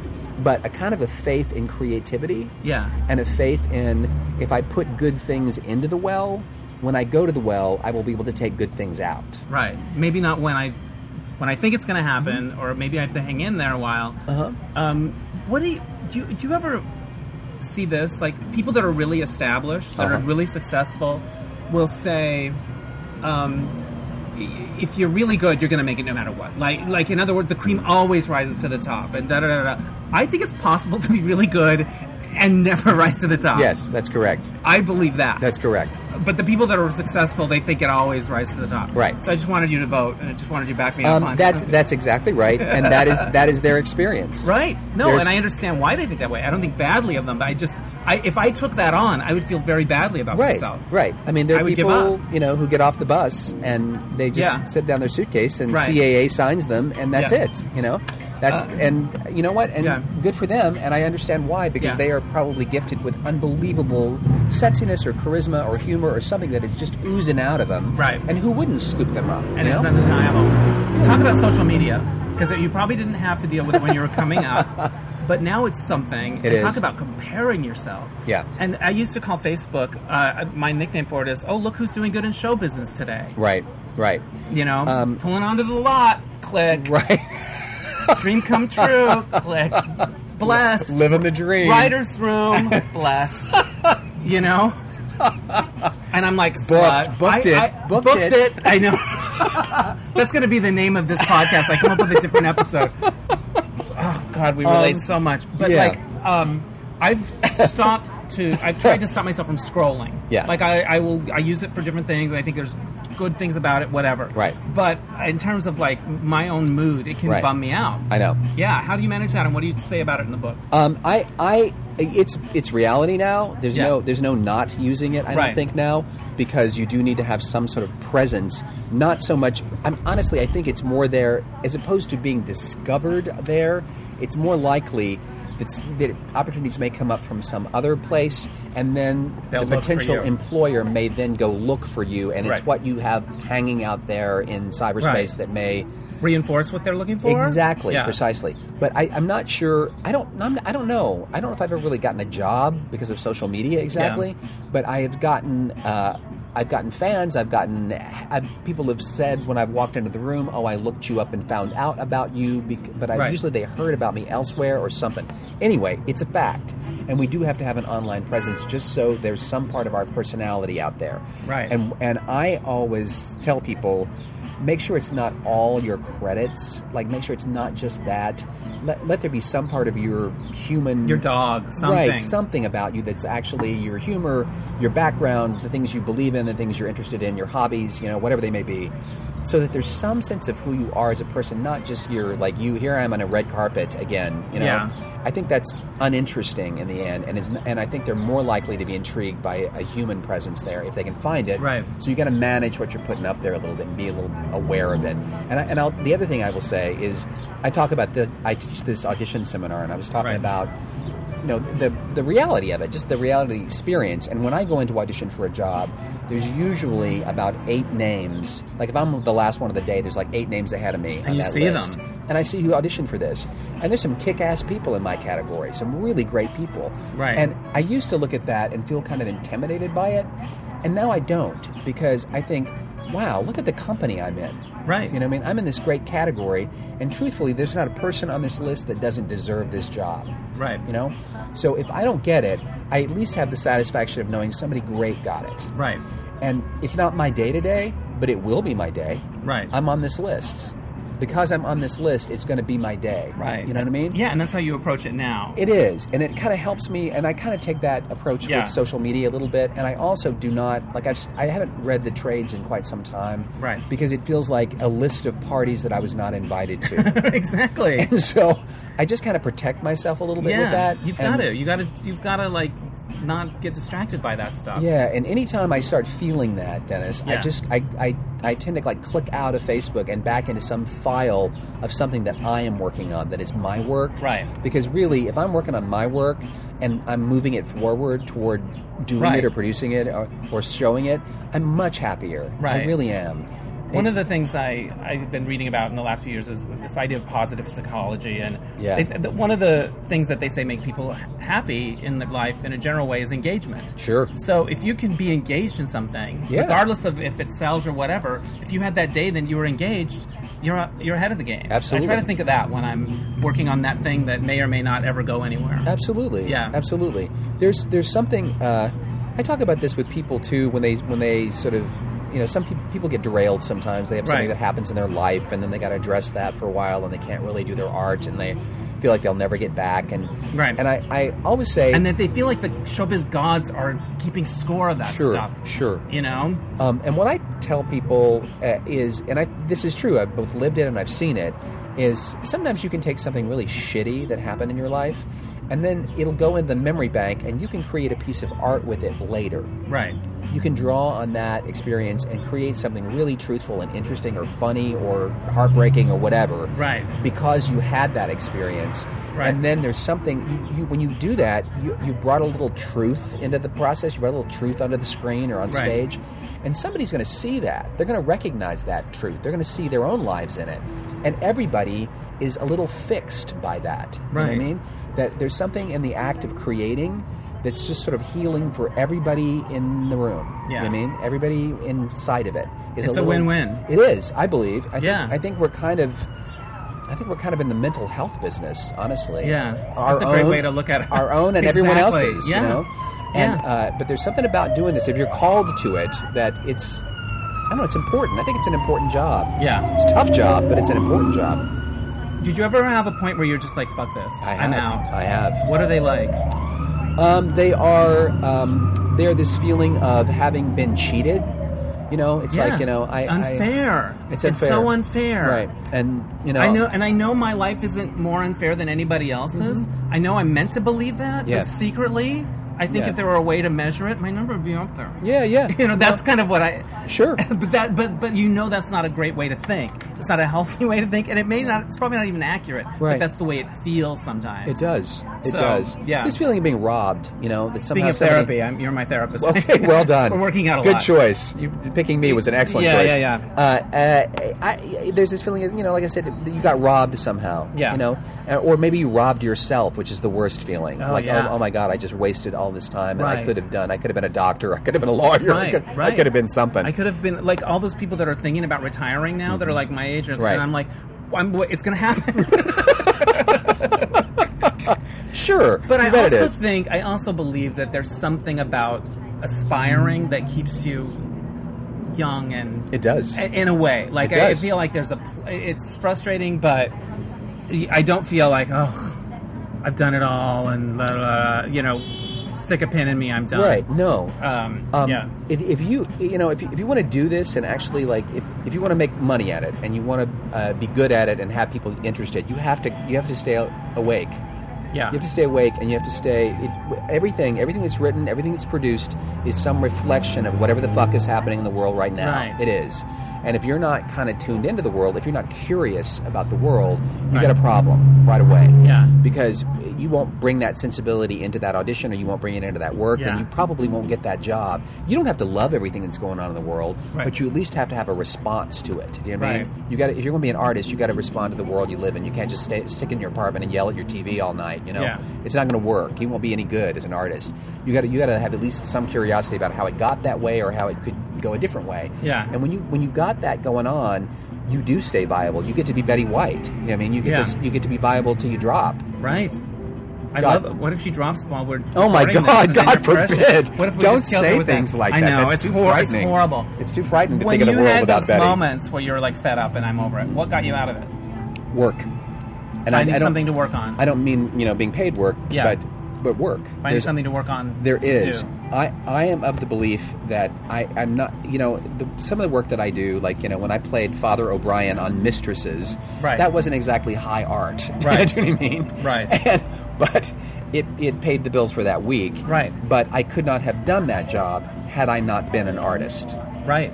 S2: but a kind of a faith in creativity
S1: Yeah.
S2: and a faith in if i put good things into the well when i go to the well i will be able to take good things out
S1: Right. Maybe not when I when I think it's going to happen, or maybe I have to hang in there a while.
S2: Mm-hmm. uh-huh
S1: Um, what do you, do you do you ever see this? Like people that are really established, that are
S2: Uh-huh.
S1: really successful, will say, um, i- "If you're really good, you're going to make it no matter what." Like like in other words, the cream always rises to the top. And da da da. da. I think it's possible to be really good and never rise to the top.
S2: yes that's correct
S1: I believe that.
S2: that's correct
S1: But the people that are successful, they think it always rises to the top.
S2: Right.
S1: So I just wanted you to vote, and I just wanted you to back me up
S2: um,
S1: on
S2: that's that's exactly right and that is that is their experience
S1: Right. No,
S2: There's-
S1: and I understand why they think that way. I don't think badly of them, but I just, I, if I took that on, I would feel very badly about
S2: Right,
S1: myself.
S2: right. I mean, there
S1: I
S2: are
S1: would give
S2: people
S1: up.
S2: you know who get off the bus and they just
S1: Yeah.
S2: set down their suitcase and
S1: Right.
S2: CAA signs them, and that's
S1: Yeah.
S2: it. You know, that's
S1: Uh,
S2: and you know what? And
S1: yeah.
S2: good for them. And I understand why because
S1: Yeah.
S2: they are probably gifted with unbelievable sexiness or charisma or humor or something that is just oozing out of them.
S1: Right.
S2: And who wouldn't scoop them up?
S1: And
S2: you
S1: it's
S2: know?
S1: undeniable. Talk about social media, because you probably didn't have to deal with it when you were coming up, but now it's something.
S2: It
S1: and Talk
S2: is.
S1: about comparing yourself.
S2: Yeah.
S1: And I used to call Facebook, uh, my nickname for it is, oh, look who's doing good in show business today.
S2: right, right,
S1: You know,
S2: Um,
S1: pulling onto the lot, click.
S2: right.
S1: Dream come true, click. Blessed.
S2: Living the dream.
S1: Writer's room, blessed. You know? And I'm like, slut.
S2: booked
S1: I-
S2: it,
S1: I-
S2: booked it.
S1: I know. That's going to be the name of this podcast. I come up with a different episode. Oh, God, we relate
S2: Um,
S1: so much. But,
S2: yeah.
S1: like, um, I've stopped to, I've tried to stop myself from scrolling.
S2: Yeah.
S1: Like, I, I will, I use it for different things, and I think there's good things about it, whatever.
S2: Right.
S1: But in terms of, like, my own mood, it can
S2: Right.
S1: bum me out.
S2: I know.
S1: Yeah, how do you manage that, and what do you say about it in the book?
S2: Um, I, I, it's it's reality now. There's
S1: Yeah.
S2: no there's no not using it. I
S1: Right.
S2: don't think now because you do need to have some sort of presence. Not so much. I'm honestly, I think it's more there as opposed to being discovered there. It's more likely that, s- that opportunities may come up from some other place, and then
S1: They'll
S2: the
S1: look for
S2: potential
S1: you.
S2: employer may then go look for you, and
S1: Right.
S2: it's what you have hanging out there in cyberspace
S1: Right.
S2: that may
S1: Reinforce what they're looking for?
S2: Exactly,
S1: Yeah.
S2: precisely. But I, I'm not sure. I don't. I'm, I don't know. I don't know if I've ever really gotten a job because of social media exactly. But I have gotten. Uh, I've gotten fans. I've gotten. I've, people have said when I've walked into the room, "Oh, I looked you up and found out about you." Bec- but I,
S1: Right.
S2: usually they heard about me elsewhere or something. Anyway, it's a fact, and we do have to have an online presence just so there's some part of our personality out there.
S1: Right.
S2: And and I always tell people, make sure it's not all your credits. Like, make sure it's not just that. Let, let there be some part of your human,
S1: Your dog, something.
S2: right, something about you that's actually your humor, your background, the things you believe in, the things you're interested in, your hobbies, you know, whatever they may be, so that there's some sense of who you are as a person, not just your like you. Here I am on a red carpet again, you know.
S1: Yeah.
S2: I think that's uninteresting in the end, and is, and I think they're more likely to be intrigued by a human presence there if they can find it.
S1: Right.
S2: So you got to manage what you're putting up there a little bit and be a little aware of it. And I, and I'll, the other thing I will say is, I talk about the I teach this audition seminar, and I was talking
S1: Right.
S2: about you know the the reality of it, just the reality experience. And when I go into audition for a job, there's usually about eight names. Like if I'm the last one of the day, there's like eight names ahead of me. on
S1: you
S2: that
S1: see
S2: list.
S1: them.
S2: And I see who auditioned for this. And there's some kick ass people in my category, some really great people.
S1: Right.
S2: And I used to look at that and feel kind of intimidated by it. And now I don't because I think, wow, look at the company I'm in.
S1: Right.
S2: You know what I mean? I'm in this great category. And truthfully, there's not a person on this list that doesn't deserve this job.
S1: Right.
S2: You know? So if I don't get it, I at least have the satisfaction of knowing somebody great got it.
S1: Right.
S2: And it's not my day to day, but it will be my day.
S1: Right.
S2: I'm on this list. because I'm on this list, it's going to be my day.
S1: Right.
S2: You know what I mean?
S1: Yeah, and that's how you approach it now.
S2: It is, and it kind of helps me, and I kind of take that approach
S1: Yeah.
S2: with social media a little bit, and I also do not like I've s- I haven't read the trades in quite some time,
S1: Right.
S2: Because it feels like a list of parties that I was not invited to,
S1: exactly.
S2: so I just kind of protect myself a little bit with
S1: yeah,
S2: that.
S1: you've
S2: and-
S1: got to. You got to. You've got to like not get distracted by that stuff.
S2: Yeah, and anytime I start feeling that, Dennis, I
S1: Yeah.
S2: just I, I I tend to like click out of Facebook and back into some file of something that I am working on that is my work.
S1: Right.
S2: Because really, if I'm working on my work and I'm moving it forward toward doing
S1: Right.
S2: it or producing it or, or showing it, I'm much happier. I
S1: Right.
S2: really am.
S1: One of
S2: It's-
S1: the things I, I've been reading about in the last few years is this idea of positive psychology. And
S2: Yeah.
S1: they- th- one of the things that they say make people h- happy in their life in a general way is engagement.
S2: Sure.
S1: So if you can be engaged in something,
S2: Yeah.
S1: regardless of if it sells or whatever, if you had that day, then you were engaged, you're, a- you're ahead of the game. I
S2: Absolutely.
S1: try to think of that when I'm working on that thing that may or may not ever go anywhere.
S2: Absolutely.
S1: Yeah.
S2: Absolutely. There's there's something uh, I talk about this with people too when they when they sort of you know some peop people get derailed sometimes they have
S1: Right.
S2: something that happens in their life and then they got to address that for a while and they can't really do their art and they feel like they'll never get back and
S1: Right.
S2: and I, I always say
S1: And that they feel like the showbiz gods are keeping score of that
S2: Sure,
S1: stuff.
S2: sure.
S1: You know?
S2: Um, and what I tell people uh, is, and I, this is true, I've both lived it and I've seen it, is sometimes you can take something really shitty that happened in your life, and then it'll go in the memory bank, and you can create a piece of art with it later.
S1: Right.
S2: You can draw on that experience and create something really truthful and interesting, or funny, or heartbreaking, or whatever
S1: Right.
S2: because you had that experience.
S1: Right.
S2: And then there's something you, you when you do that, you, you brought a little truth into the process. You brought a little truth onto the screen or on
S1: Right.
S2: stage, and somebody's going to see that. They're going to recognize that truth. They're going to see their own lives in it, and everybody is a little fixed by that. You know what I
S1: Right.
S2: mean? That there's something in the act of creating that's just sort of healing for everybody in the room. You know what I
S1: Yeah.
S2: mean? Everybody inside of it is
S1: It's a
S2: little,
S1: win-win.
S2: It is, I believe. I
S1: Yeah.
S2: Think, I think we're kind of I think we're kind of in the mental health business, honestly.
S1: Yeah. That's a great way to look at it.
S2: Our own and everyone
S1: Exactly.
S2: else's,
S1: Yeah.
S2: you know? And,
S1: Yeah.
S2: uh, but there's something about doing this, if you're called to it, that it's, I don't know, it's important. I think it's an important job.
S1: Yeah.
S2: It's a tough job, but it's an important job.
S1: Did you ever have a point where you're just like, fuck this?
S2: I have.
S1: I'm out.
S2: I have.
S1: What are they like?
S2: Um, they are, um, they are this feeling of having been cheated. You know, it's
S1: yeah.
S2: like, you know, I.
S1: unfair.
S2: I, it's unfair.
S1: so unfair.
S2: Right. And, you know.
S1: I know, and I know my life isn't more unfair than anybody else's. I know I'm meant to believe that,
S2: Yeah.
S1: but secretly, I think
S2: Mm-hmm. Yeah.
S1: if there were a way to measure it, my number would be up there.
S2: Yeah, yeah.
S1: You know, that's kind of what I.
S2: Sure.
S1: But that, but but you know, that's not a great way to think. It's not a healthy way to think, and it may not. It's probably not even accurate.
S2: Right.
S1: But that's the way it feels sometimes.
S2: It does. It
S1: So,
S2: does.
S1: yeah.
S2: This feeling of being robbed, you know,
S1: Speaking
S2: that somehow
S1: of
S2: somebody-
S1: therapy, I'm, you're my therapist.
S2: Okay, well done.
S1: We're working out a
S2: Good
S1: lot.
S2: choice. You, picking me was an excellent
S1: Yeah,
S2: choice.
S1: yeah, yeah.
S2: Uh, uh, I, I, there's this feeling, of, you know, like I said, that you got robbed somehow.
S1: Yeah.
S2: You know, Uh, or maybe you robbed yourself, which is the worst feeling.
S1: Oh,
S2: like,
S1: yeah.
S2: oh, oh my God, I just wasted all this time, and I
S1: Right.
S2: could have done. I could have been a doctor. I could have been a lawyer. I, could, I could have been something.
S1: I could have been like all those people that are thinking about retiring now that are like my age, and
S2: Mm-hmm. Right.
S1: I'm like, I'm, wh- it's going to happen.
S2: sure.
S1: but
S2: you
S1: I
S2: bet it
S1: also
S2: is.
S1: think, I also believe that there's something about aspiring that keeps you young and
S2: it does.
S1: I- in a way. Like
S2: It
S1: I, I
S2: does.
S1: feel like there's a. pl- It's frustrating, but I don't feel like oh, I've done it all, and blah, blah, blah," you know, stick a pin in me, I'm done.
S2: right. No.
S1: Um,
S2: Um,
S1: yeah.
S2: If, if you you know if you, if you want to do this and actually like if, if you want to make money at it and you want to uh, be good at it and have people interested, you have to you have to stay a- awake.
S1: Yeah.
S2: You have to stay awake and you have to stay. It, everything everything that's written, everything that's produced is some reflection of whatever the fuck is happening in the world right now.
S1: Right.
S2: It is. And if you're not kind of tuned into the world, if you're not curious about the world, you got
S1: Right.
S2: a problem right away.
S1: Yeah.
S2: Because you won't bring that sensibility into that audition or you won't bring it into that work and
S1: Yeah.
S2: you probably won't get that job. You don't have to love everything that's going on in the world,
S1: Right.
S2: but you at least have to have a response to it. Do you know what I mean?
S1: Right.
S2: You got if you're going to be an artist, you got to respond to the world you live in. You can't just stay, stick in your apartment and yell at your TV all night. You know,
S1: Yeah.
S2: it's not going to work. You won't be any good as an artist. You got to you got to have at least some curiosity about how it got that way or how it could go a different way.
S1: Yeah.
S2: And when you when you got that going on, you do stay viable. You get to be Betty White. You know what I mean? You get
S1: Yeah.
S2: to, you get to be viable till you drop.
S1: Right. I
S2: God.
S1: love. What if she drops while we're?
S2: Oh my
S1: recording this
S2: God,
S1: and then
S2: God
S1: you're fresh?
S2: forbid.
S1: What if we
S2: Don't
S1: just killed her
S2: say
S1: with that?
S2: things like
S1: I
S2: that.
S1: know
S2: That's
S1: it's,
S2: too
S1: hor- it's
S2: frightening.
S1: horrible.
S2: It's too frightening to
S1: when
S2: think of the
S1: you
S2: world
S1: had
S2: without
S1: those
S2: Betty.
S1: moments where you're like fed up and I'm over it. What got you out of it?
S2: work.
S1: Finding
S2: And I, I don't,
S1: something to work on.
S2: I don't mean you know being paid work,
S1: Yeah.
S2: but but work.
S1: Finding
S2: There's-
S1: something to work on.
S2: There
S1: to
S2: is.
S1: do.
S2: I, I am of the belief that I, I'm not, you know, the, some of the work that I do, like, you know, when I played Father O'Brien on Mistresses,
S1: Right.
S2: that wasn't exactly high art.
S1: Right.
S2: Do you know what I mean?
S1: Right.
S2: And, but it, it paid the bills for that week.
S1: Right.
S2: But I could not have done that job had I not been an artist.
S1: Right.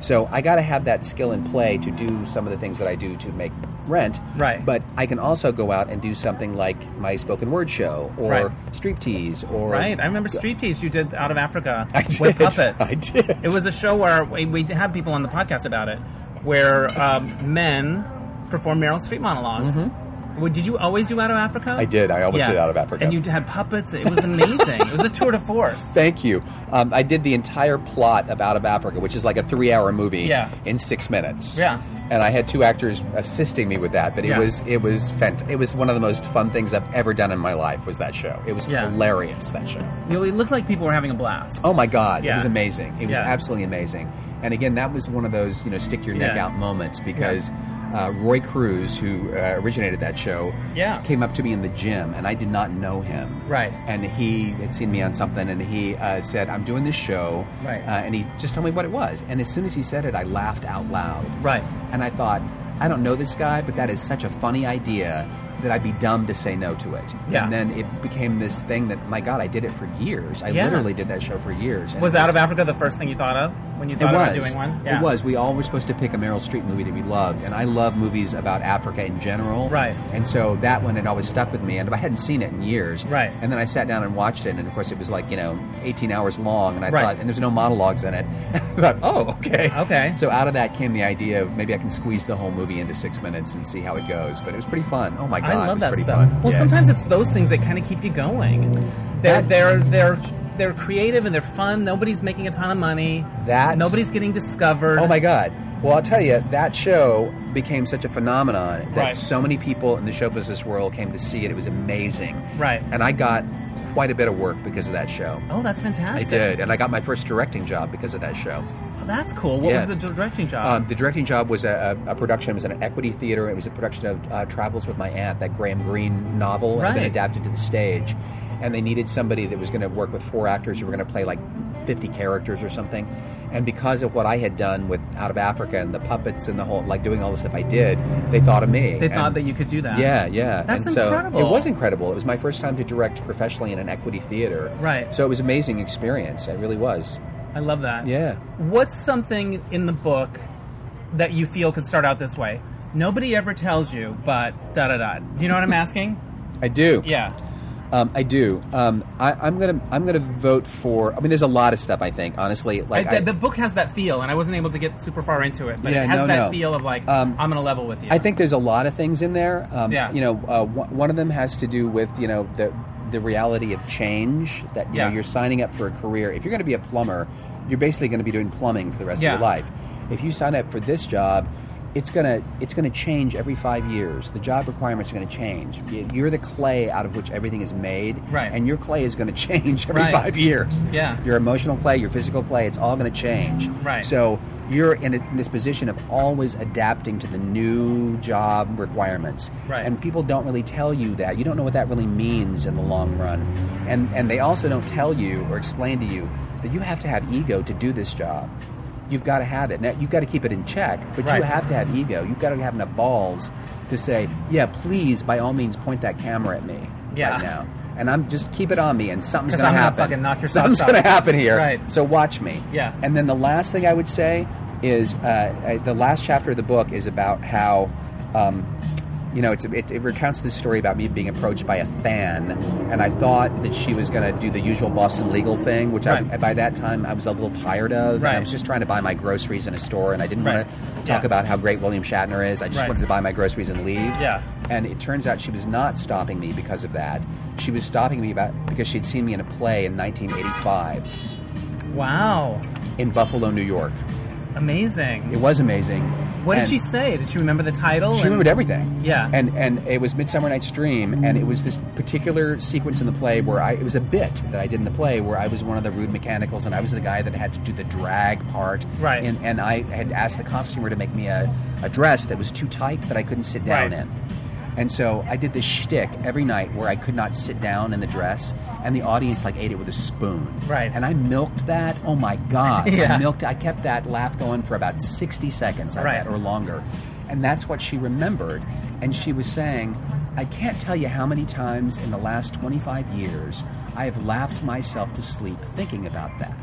S2: So I got to have that skill in play to do some of the things that I do to make rent.
S1: Right.
S2: But I can also go out and do something like my spoken word show or
S1: Right.
S2: striptease or
S1: Right. I remember Street Tease you did out of Africa
S2: I
S1: with
S2: did.
S1: puppets.
S2: I did.
S1: It was a show where we, we had people on the podcast about it, where um, men perform Meryl Streep monologs Well, Did you always do out of Africa?
S2: Mm-hmm. I did. I always
S1: Yeah.
S2: did Out of Africa.
S1: And you had puppets. It was amazing. it was a tour de force.
S2: Thank you. Um, I did the entire plot of Out of Africa, which is like a three-hour movie
S1: Yeah.
S2: in six minutes.
S1: Yeah.
S2: And I had two actors assisting me with that, but it
S1: Yeah.
S2: was it was fant- it was one of the most fun things I've ever done in my life. Was that show? It was
S1: Yeah.
S2: hilarious. That show.
S1: You know, it looked like people were having a blast.
S2: Oh my God! It
S1: Yeah.
S2: was amazing. It was
S1: Yeah.
S2: absolutely amazing. And again, that was one of those you know stick your neck
S1: Yeah.
S2: out moments because uh, Roy Cruz, who uh, originated that show,
S1: Yeah.
S2: came up to me in the gym, and I did not know him.
S1: Right.
S2: And he had seen me on something, and he uh, said, "I'm doing this show."
S1: Right.
S2: Uh, and he just told me what it was, and as soon as he said it, I laughed out loud.
S1: Right.
S2: And I thought, I don't know this guy, but that is such a funny idea that I'd be dumb to say no to it.
S1: Yeah.
S2: And then it became this thing that, my God, I did it for years. I
S1: Yeah.
S2: literally did that show for years. and
S1: Was
S2: it
S1: Out of Africa the first thing you thought of when you
S2: It
S1: thought about
S2: was.
S1: doing one?
S2: It was. We all were supposed to pick a Meryl Streep movie that we loved, and I love movies about Africa in general.
S1: Right.
S2: And so that one had always stuck with me, and I hadn't seen it in years.
S1: Right.
S2: And then I sat down and watched it, and of course it was like you know 18 hours long, and I
S1: Right.
S2: thought, and there's no monologues in it. I thought, oh, okay,
S1: Okay.
S2: So out of that came the idea of maybe I can squeeze the whole movie into six minutes and see how it goes. But it was pretty fun. Oh my God,
S1: I
S2: it
S1: love
S2: was
S1: that
S2: pretty
S1: stuff.
S2: fun.
S1: Well,
S2: Yeah.
S1: sometimes it's those things that kind of keep you going. They're
S2: That-
S1: they're they're they're creative and they're fun. Nobody's making a ton of money.
S2: That-
S1: nobody's getting discovered.
S2: Oh my God. Well, I'll tell you, that show became such a phenomenon that
S1: Right.
S2: so many people in the show business world came to see it. It was amazing.
S1: Right.
S2: And I got quite a bit of work because of that show.
S1: Oh, that's
S2: I
S1: fantastic.
S2: did. And I got my first directing job because of that show.
S1: Oh, that's cool. What
S2: Yeah.
S1: was the directing job?
S2: Um, the directing job was a, a, a production, it was an equity theater. It was a production of uh, Travels with My Aunt, that Graham Greene novel, had been
S1: Right.
S2: adapted to the stage. And they needed somebody that was going to work with four actors who were going to play like 50 characters or something. And because of what I had done with Out of Africa and the puppets and the whole, like doing all the stuff I did, they thought of me.
S1: they thought
S2: And-
S1: that you could do that.
S2: yeah, yeah.
S1: That's
S2: and so
S1: incredible.
S2: It was incredible. It was my first time to direct professionally in an equity theater.
S1: Right.
S2: So it was an amazing experience. It really was.
S1: I love that.
S2: Yeah.
S1: What's something in the book that you feel could start out this way? Nobody ever tells you, but da da da. Do you know what I'm asking?
S2: I do.
S1: Yeah.
S2: Um, I do. Um, I, I'm gonna. I'm gonna vote for. I mean, there's a lot of stuff. I think honestly, like
S1: I,
S2: I,
S1: the book has that feel, and I wasn't able to get super far into it, but
S2: Yeah,
S1: it has
S2: no,
S1: that
S2: no.
S1: feel of like
S2: Um,
S1: I'm gonna level with you.
S2: I think there's a lot of things in there. Um,
S1: Yeah.
S2: You know, uh, w- one of them has to do with you know the the reality of change that you
S1: Yeah.
S2: know you're signing up for a career. If you're going to be a plumber, you're basically going to be doing plumbing for the rest
S1: Yeah.
S2: of your life. If you sign up for this job. It's gonna, it's gonna change every five years. The job requirements are gonna change. You- You're the clay out of which everything is made,
S1: Right.
S2: and your clay is gonna change every
S1: Right.
S2: five years.
S1: Yeah.
S2: Your emotional clay, your physical clay, it's all gonna change.
S1: Right.
S2: So you're in, a, in this position of always adapting to the new job requirements.
S1: Right.
S2: And people don't really tell you that. You don't know what that really means in the long run. And and they also don't tell you or explain to you that you have to have ego to do this job. You've got to have it. Now you've got to keep it in check, but
S1: Right.
S2: you have to have ego. You've got to have enough balls to say, "Yeah, please by all means point that camera at me
S1: Yeah.
S2: right now." And I'm just keep it on me and something's
S1: 'Cause
S2: going to
S1: I'm gonna
S2: happen.
S1: fucking knock your
S2: something's
S1: socks off.
S2: going to happen here.
S1: Right.
S2: So watch me.
S1: Yeah.
S2: And then the last thing I would say is uh, I- the last chapter of the book is about how, um, you know, it's, it, it recounts this story about me being approached by a fan, and I thought that she was going to do the usual Boston legal thing, which I,
S1: Right.
S2: by that time I was a little tired of. And I
S1: Right.
S2: was just trying to buy my groceries in a store, and I didn't
S1: Right.
S2: want to talk
S1: Yeah.
S2: about how great William Shatner is. I just
S1: Right.
S2: wanted to buy my groceries and leave.
S1: Yeah.
S2: And it turns out she was not stopping me because of that. She was stopping me about because she'd seen me in a play in 1985
S1: wow,
S2: in Buffalo, New York.
S1: amazing.
S2: It was amazing.
S1: What did
S2: And-
S1: she say? Did she remember the title?
S2: She
S1: and-
S2: remembered everything.
S1: Yeah.
S2: And and it was Midsummer Night's Dream, and it was this particular sequence in the play where I it was a bit that I did in the play where I was one of the rude mechanicals, and I was the guy that had to do the drag part.
S1: Right.
S2: And and I had asked the costumer to make me a, a dress that was too tight that I couldn't sit down
S1: Right.
S2: in. And so I did this shtick every night where I could not sit down in the dress, and the audience like ate it with a spoon.
S1: Right.
S2: And I milked that. Oh my god!
S1: Yeah.
S2: I milked. I kept that laugh going for about sixty seconds, I
S1: Right.
S2: bet, or longer. And that's what she remembered. And she was saying, I can't tell you how many times in the last 25 years I have laughed myself to sleep thinking about that.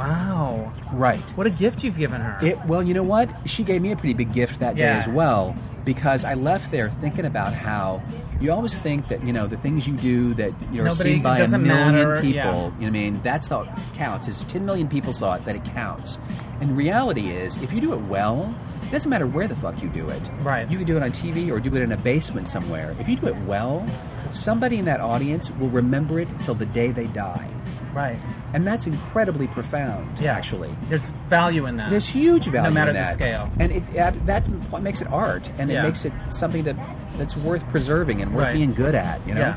S1: Wow.
S2: Right.
S1: What a gift you've given her.
S2: It, well, you know what? She gave me a pretty big gift that
S1: Yeah.
S2: day as well because I left there thinking about how you always think that, you know, the things you do that you're
S1: Nobody-
S2: seen by
S1: it
S2: a
S1: doesn't
S2: million
S1: matter,
S2: people,
S1: yeah.
S2: you know what I mean? That's how it counts. Is 10 million people saw it, that it counts. And reality is, if you do it well, it doesn't matter where the fuck you do it.
S1: Right.
S2: You can do it on TV or do it in a basement somewhere. If you do it well, somebody in that audience will remember it till the day they die.
S1: right.
S2: And that's incredibly profound,
S1: Yeah.
S2: actually.
S1: There's value in that.
S2: There's huge value.
S1: No matter
S2: in
S1: the
S2: that.
S1: scale.
S2: and it, that- that's what makes it art, and
S1: Yeah.
S2: it makes it something that that's worth preserving and worth
S1: Right.
S2: being good at. You know,
S1: Yeah.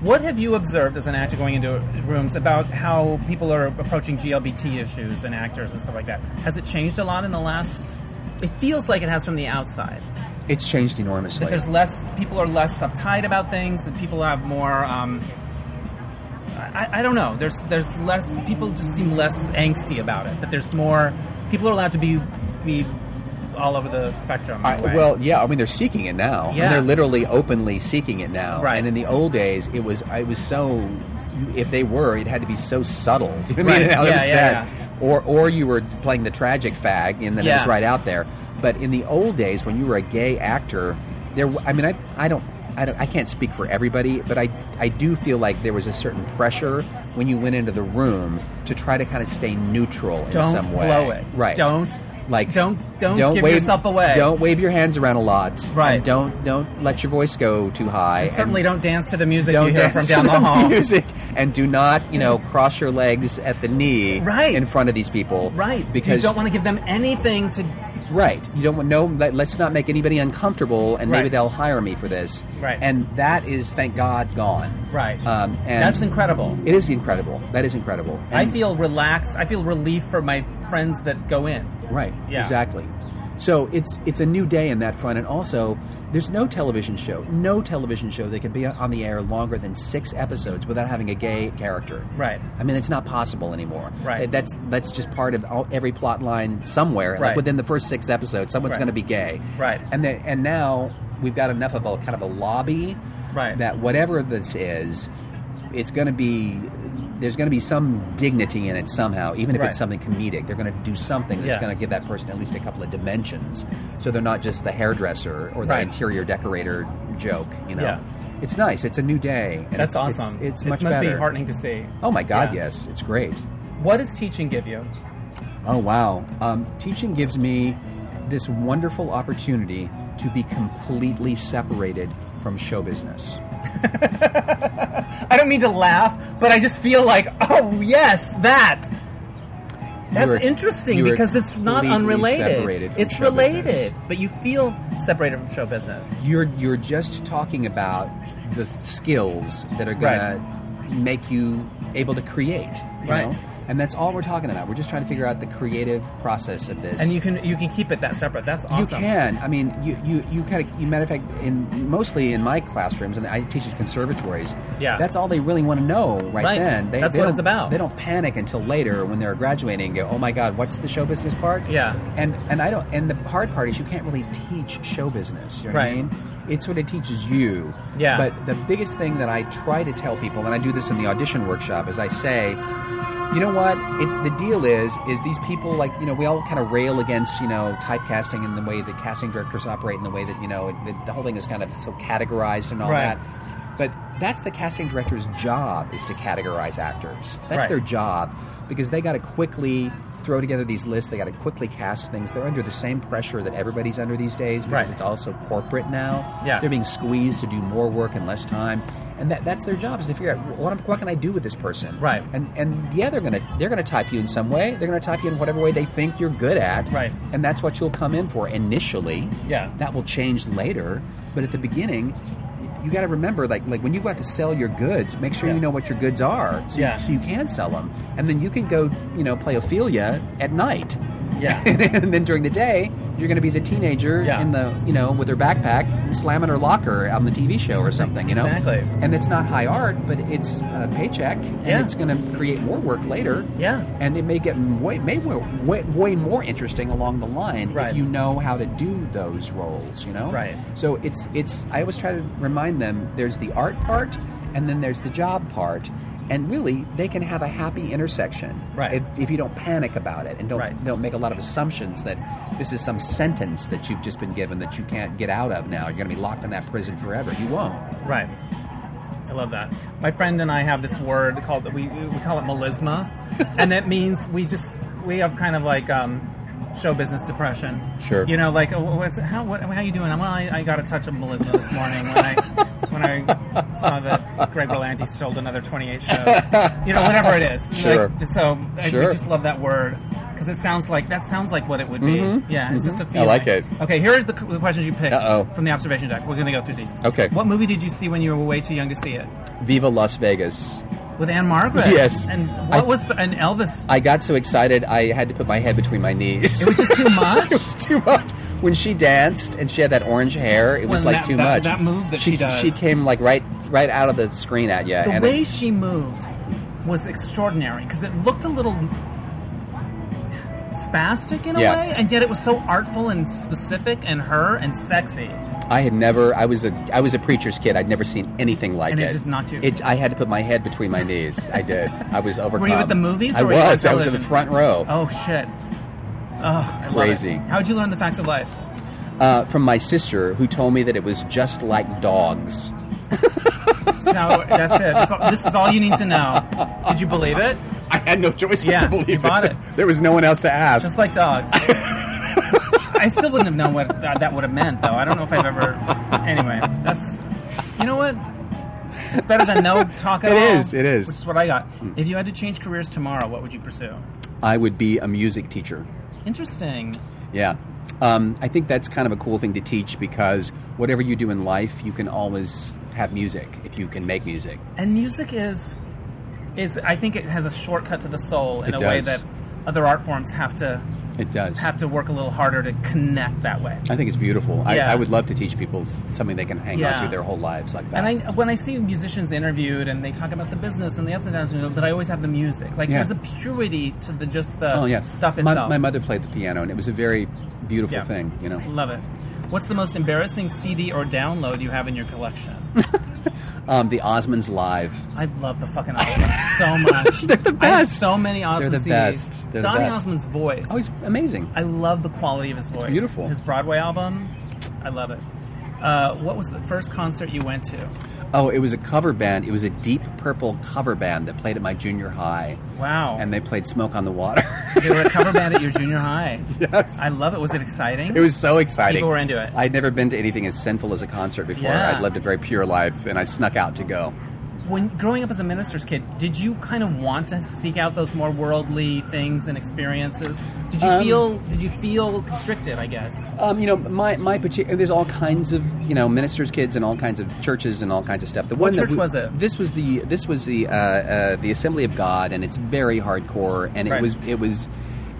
S1: What have you observed as an actor going into rooms about how people are approaching GLBT issues and actors and stuff like that? Has it changed a lot in the last? It feels like it has from the outside.
S2: it's changed enormously.
S1: There's less people are less uptight about things, and people have more. Um, I, I don't know. There's there's less people just seem less angsty about it. But there's more people are allowed to be be all over the spectrum. in a
S2: I,
S1: way.
S2: well, yeah. I mean, they're seeking it now.
S1: Yeah.
S2: And they're literally openly seeking it now.
S1: Right.
S2: And in the old days, it was it was so. If they were, it had to be so subtle. You know what I mean?
S1: Right.
S2: How it
S1: Yeah,
S2: was
S1: yeah,
S2: said.
S1: yeah.
S2: Or or you were playing the tragic fag, and then it
S1: Yeah.
S2: was right out there. But in the old days, when you were a gay actor, there. w- I mean, I I don't. I, don't, I can't speak for everybody, but I, I do feel like there was a certain pressure when you went into the room to try to kind of stay neutral in
S1: don't
S2: some way.
S1: blow it.
S2: Right.
S1: Don't
S2: like
S1: don't don't, give
S2: wave,
S1: yourself away.
S2: Don't wave your hands around a lot.
S1: Right.
S2: And don't don't let your voice go too high.
S1: And certainly
S2: and
S1: don't dance to the music
S2: don't
S1: you hear
S2: dance
S1: from
S2: to
S1: down the hall.
S2: Music and do not you know cross your legs at the knee
S1: Right.
S2: in front of these people.
S1: Right.
S2: Because
S1: you don't want to give them anything to
S2: right you don't want no. Let, let's not make anybody uncomfortable, and maybe
S1: Right.
S2: they'll hire me for this.
S1: Right.
S2: And that is thank God gone.
S1: Right.
S2: Um, and
S1: That's incredible.
S2: It is incredible. That is incredible.
S1: I
S2: And-
S1: feel relaxed. I feel relief for my friends that go in.
S2: Right.
S1: Yeah.
S2: Exactly. So it's it's a new day in that front, and also there's no television show, no television show that can be on the air longer than six episodes without having a gay character.
S1: Right.
S2: I mean, it's not possible anymore.
S1: Right.
S2: That's that's just part of all, every plot line somewhere.
S1: Right.
S2: Like within the first six episodes, someone's
S1: Right.
S2: going to be gay.
S1: Right.
S2: And then and now we've got enough of a kind of a lobby.
S1: Right.
S2: That whatever this is, it's going to be. There's going to be some dignity in it somehow, even if
S1: Right.
S2: it's something comedic. They're going to do something that's
S1: Yeah.
S2: going to give that person at least a couple of dimensions, so they're not just the hairdresser or the
S1: Right.
S2: interior decorator joke. You know,
S1: Yeah.
S2: it's nice. It's a new day. And
S1: That's
S2: it's-
S1: awesome.
S2: It's, it's
S1: it
S2: much
S1: must
S2: better.
S1: be heartening to see.
S2: Oh my God,
S1: Yeah.
S2: yes, it's great.
S1: What does teaching give you?
S2: Oh wow, um, teaching gives me this wonderful opportunity to be completely separated from show business.
S1: I don't mean to laugh, but I just feel like, oh yes, that. That's
S2: You're-
S1: interesting
S2: you're
S1: because it's not
S2: completely
S1: unrelated.
S2: separated from
S1: It's
S2: show
S1: related,
S2: business.
S1: but you feel separated from show business.
S2: You're you're just talking about the skills that are
S1: Right.
S2: gonna make you able to create, you
S1: Right.
S2: know? And that's all we're talking about. We're just trying to figure out the creative process of this.
S1: And you can you can keep it that separate. That's awesome.
S2: You can. I mean, you you you kind of. You matter of fact, in mostly in my classrooms, and I teach at conservatories.
S1: Yeah.
S2: that's all they really want to know right,
S1: Right.
S2: then. They,
S1: That's
S2: they
S1: what
S2: don't-
S1: it's about.
S2: They don't panic until later when they're graduating. and Go, oh my God, what's the show business part?
S1: Yeah.
S2: and and I don't. And the hard part is you can't really teach show business. You know
S1: Right.
S2: what I mean? It's what it teaches you.
S1: Yeah.
S2: But the biggest thing that I try to tell people, and I do this in the audition workshop, is I say, you know what? It's, the deal is, is these people like you know we all kind of rail against you know typecasting and the way that casting directors operate and the way that you know it, the, the whole thing is kind of so categorized and all
S1: Right.
S2: that. But that's the casting director's job is to categorize actors. That's
S1: Right.
S2: their job because they got to quickly throw together these lists. They got to quickly cast things. They're under the same pressure that everybody's under these days because
S1: Right.
S2: it's also corporate now.
S1: Yeah.
S2: They're being squeezed to do more work in less time. and that, that's their job is to figure out what, am- what can I do with this person,
S1: Right.
S2: And and yeah, they're gonna they're gonna type you in some way. They're gonna type you in whatever way they think you're good at,
S1: Right.
S2: And that's what you'll come in for initially.
S1: Yeah.
S2: that will change later, but at the beginning. y- You got to remember, like like when you go out to sell your goods, make sure
S1: Yeah.
S2: you know what your goods are, so,
S1: Yeah.
S2: you, so you can sell them, and then you can go, you know, play Ophelia at night,
S1: Yeah.
S2: and then during the day, you're going to be the teenager
S1: Yeah.
S2: in the you know with her backpack slamming her locker on the TV show or something, you know.
S1: Exactly.
S2: And it's not high art, but it's a paycheck, and
S1: Yeah.
S2: it's going to create more work later.
S1: Yeah.
S2: And it may get way may way, way, way more interesting along the line
S1: Right.
S2: if you know how to do those roles, you know.
S1: Right.
S2: So it's it's I always try to remind them there's the art part and then there's the job part. And really, they can have a happy intersection
S1: Right.
S2: if, if you don't panic about it and don't
S1: Right.
S2: don't make a lot of assumptions that this is some sentence that you've just been given that you can't get out of now. You're going to be locked in that prison forever. You won't.
S1: Right. I love that. My friend and I have this word called we we call it melisma, and that means we just we have kind of like um, show business depression.
S2: Sure.
S1: You know, like oh, what's how what, how you doing? I'm well, I, I got a touch of melisma this morning when I when I saw that Greg Berlanti sold another 28 shows. You know, whatever it is.
S2: Sure.
S1: Like, so I, I
S2: Sure.
S1: just love that word. Because it sounds like that sounds like what it would be. Yeah, it's just a
S2: Mm-hmm. I
S1: feeling.
S2: like it.
S1: Okay, here is the, the questions you picked
S2: Uh-oh.
S1: from the observation deck. We're going to go through these.
S2: Okay.
S1: What movie did you see when you were way too young to see it?
S2: Viva Las Vegas.
S1: With Anne Margaret.
S2: Yes.
S1: And what
S2: I-
S1: was an Elvis?
S2: I got so excited I had to put my head between my knees.
S1: It was just too much.
S2: It was too much. When she danced and she had that orange hair, it was
S1: When
S2: like
S1: that-
S2: too
S1: that-
S2: much.
S1: that move that she does.
S2: She came like right right out of the screen at you.
S1: the
S2: and it-
S1: way she moved was extraordinary because it looked a little spastic in a
S2: Yeah.
S1: way, and yet it was so artful and specific and her and sexy.
S2: I had never. I was a. I was a preacher's kid. I'd never seen anything like
S1: And
S2: it.
S1: it just knocked you-
S2: It, I had to put my head between my knees. I did. I was overcome.
S1: at the movies
S2: I
S1: or were you on
S2: was. I was in the
S1: television?
S2: front row
S1: Oh shit. Oh, I love it.
S2: Crazy.
S1: How'd you learn the facts of life?
S2: uh, from my sister, who told me that it was just like dogs.
S1: So that's it. That's all- this is all you need to know. Did you believe it?
S2: I had no choice but
S1: Yeah,
S2: to believe
S1: you bought it.
S2: There was no one else to ask.
S1: Just like dogs. I still wouldn't have known what that, that would have meant, though. I don't know if I've ever. Anyway, that's. You know what? It's better than no talk at
S2: It
S1: all.
S2: is, it is. Hmm.
S1: Which is what I got. If you had to change careers tomorrow, what would you pursue?
S2: I would be a music teacher.
S1: Interesting.
S2: Yeah. Um, I think that's kind of a cool thing to teach because whatever you do in life, you can always have music if you can make music.
S1: And music is. is. I think it has a shortcut to the soul in
S2: It
S1: a way
S2: does.
S1: that other art forms have to
S2: It does.
S1: have to work a little harder to connect that way.
S2: I think it's beautiful.
S1: Yeah.
S2: I, I would love to teach people something they can hang on
S1: Yeah.
S2: to their whole lives like that.
S1: And I, when I see musicians interviewed and they talk about the business and the ups and downs, you know, but I always have the music. Like
S2: Yeah.
S1: there's a purity to the just the
S2: oh yeah,
S1: stuff
S2: my,
S1: itself.
S2: my mother played the piano, and it was a very beautiful
S1: Yeah. Mm-hmm.
S2: thing. You know,
S1: Love it. What's the most embarrassing CD or download you have in your collection?
S2: um, the Osmonds live.
S1: I love the fucking Osmonds so much. They're the I have
S2: best.
S1: so many Osmond
S2: They're the
S1: CDs.
S2: best. They're the
S1: Donny
S2: best.
S1: Osmond's voice.
S2: Oh, it's amazing.
S1: I love the quality of his voice.
S2: beautiful.
S1: His Broadway album, I love it. Uh, what was the first concert you went to?
S2: Oh, it was a cover band. It was a Deep Purple cover band that played at my junior high,
S1: Wow.
S2: and they played "Smoke on the Water."
S1: they were a cover band at your junior high. Yes. I love it. Was it exciting?
S2: It was so exciting.
S1: People were into it.
S2: I'd never been to anything as sinful as a concert before.
S1: Yeah.
S2: I'd lived a very pure life, and I snuck out to go.
S1: When growing up as a minister's kid, did you kind of want to seek out those more worldly things and experiences? Did you feel did you feel constricted? I guess.
S2: Um, you know, my my particular there's all kinds of you know ministers' kids and all kinds of churches and all kinds of stuff. The one
S1: church
S2: that we-
S1: was it?
S2: This was the this was the uh, uh, the Assembly of God, and it's very hardcore, and
S1: Right.
S2: it was it was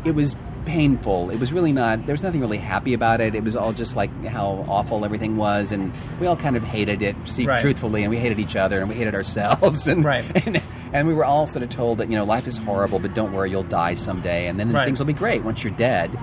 S2: it was painful. It was really not. There was nothing really happy about it. It was all just like how awful everything was, and we all kind of hated it. See,
S1: Right.
S2: truthfully, and we hated each other, and we hated ourselves, and
S1: Right.
S2: and, and we were all sort of told that you know life is horrible, but don't worry, you'll die someday, and then
S1: Right.
S2: things will be great once you're dead.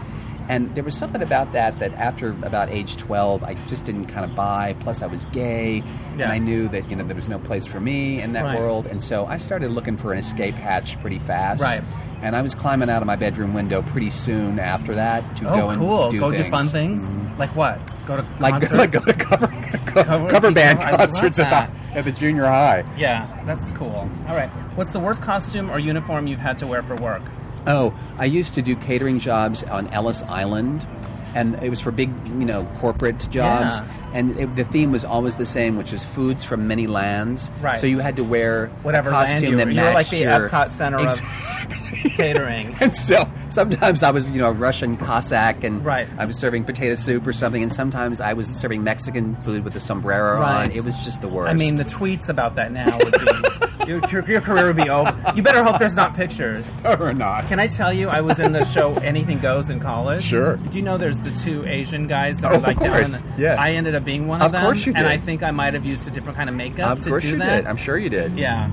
S2: And there was something about that that after about age twelve, I just didn't kind of buy. Plus, I was gay,
S1: Yeah.
S2: and I knew that you know there was no place for me in that
S1: Right.
S2: world, and so I started looking for an escape hatch pretty fast.
S1: Right.
S2: And I was climbing out of my bedroom window pretty soon after that to go
S1: Oh,
S2: and
S1: cool.
S2: do
S1: go
S2: things. Mm-hmm.
S1: do fun things like what? Go to
S2: Like,
S1: concerts?
S2: like go to cover, cover,
S1: Cover-
S2: band
S1: I love
S2: concerts at
S1: that.
S2: the, at the junior high.
S1: Yeah, that's cool. All right. What's the worst costume or uniform you've had to wear for work?
S2: Oh, I used to do catering jobs on Ellis Island, and it was for big, you know, corporate jobs.
S1: Yeah.
S2: And it, the theme was always the same, which is foods from many lands.
S1: Right.
S2: So you had to wear
S1: Whatever
S2: a
S1: land
S2: costume
S1: you
S2: that
S1: were. You
S2: matched
S1: were like the
S2: your,
S1: Epcot Center of
S2: Exactly.
S1: catering.
S2: And so sometimes I was, you know, a Russian Cossack, and
S1: Right.
S2: I was serving potato soup or something, and sometimes I was serving Mexican food with a sombrero
S1: Right.
S2: on. It was just the worst.
S1: I mean, the tweets about that now would be your, your, your career would be over. You better hope there's not pictures.
S2: or not.
S1: Can I tell you, I was in the show Anything Goes in college.
S2: Sure.
S1: Do you know there's the two Asian guys that
S2: Oh,
S1: are like
S2: of
S1: down? in
S2: course.
S1: the-
S2: Yes.
S1: I ended up being one
S2: Of
S1: of them,
S2: course you
S1: and
S2: did.
S1: I think I might have used a different kind of makeup
S2: Of
S1: to
S2: course
S1: do
S2: you
S1: that.
S2: did. I'm sure you did.
S1: yeah,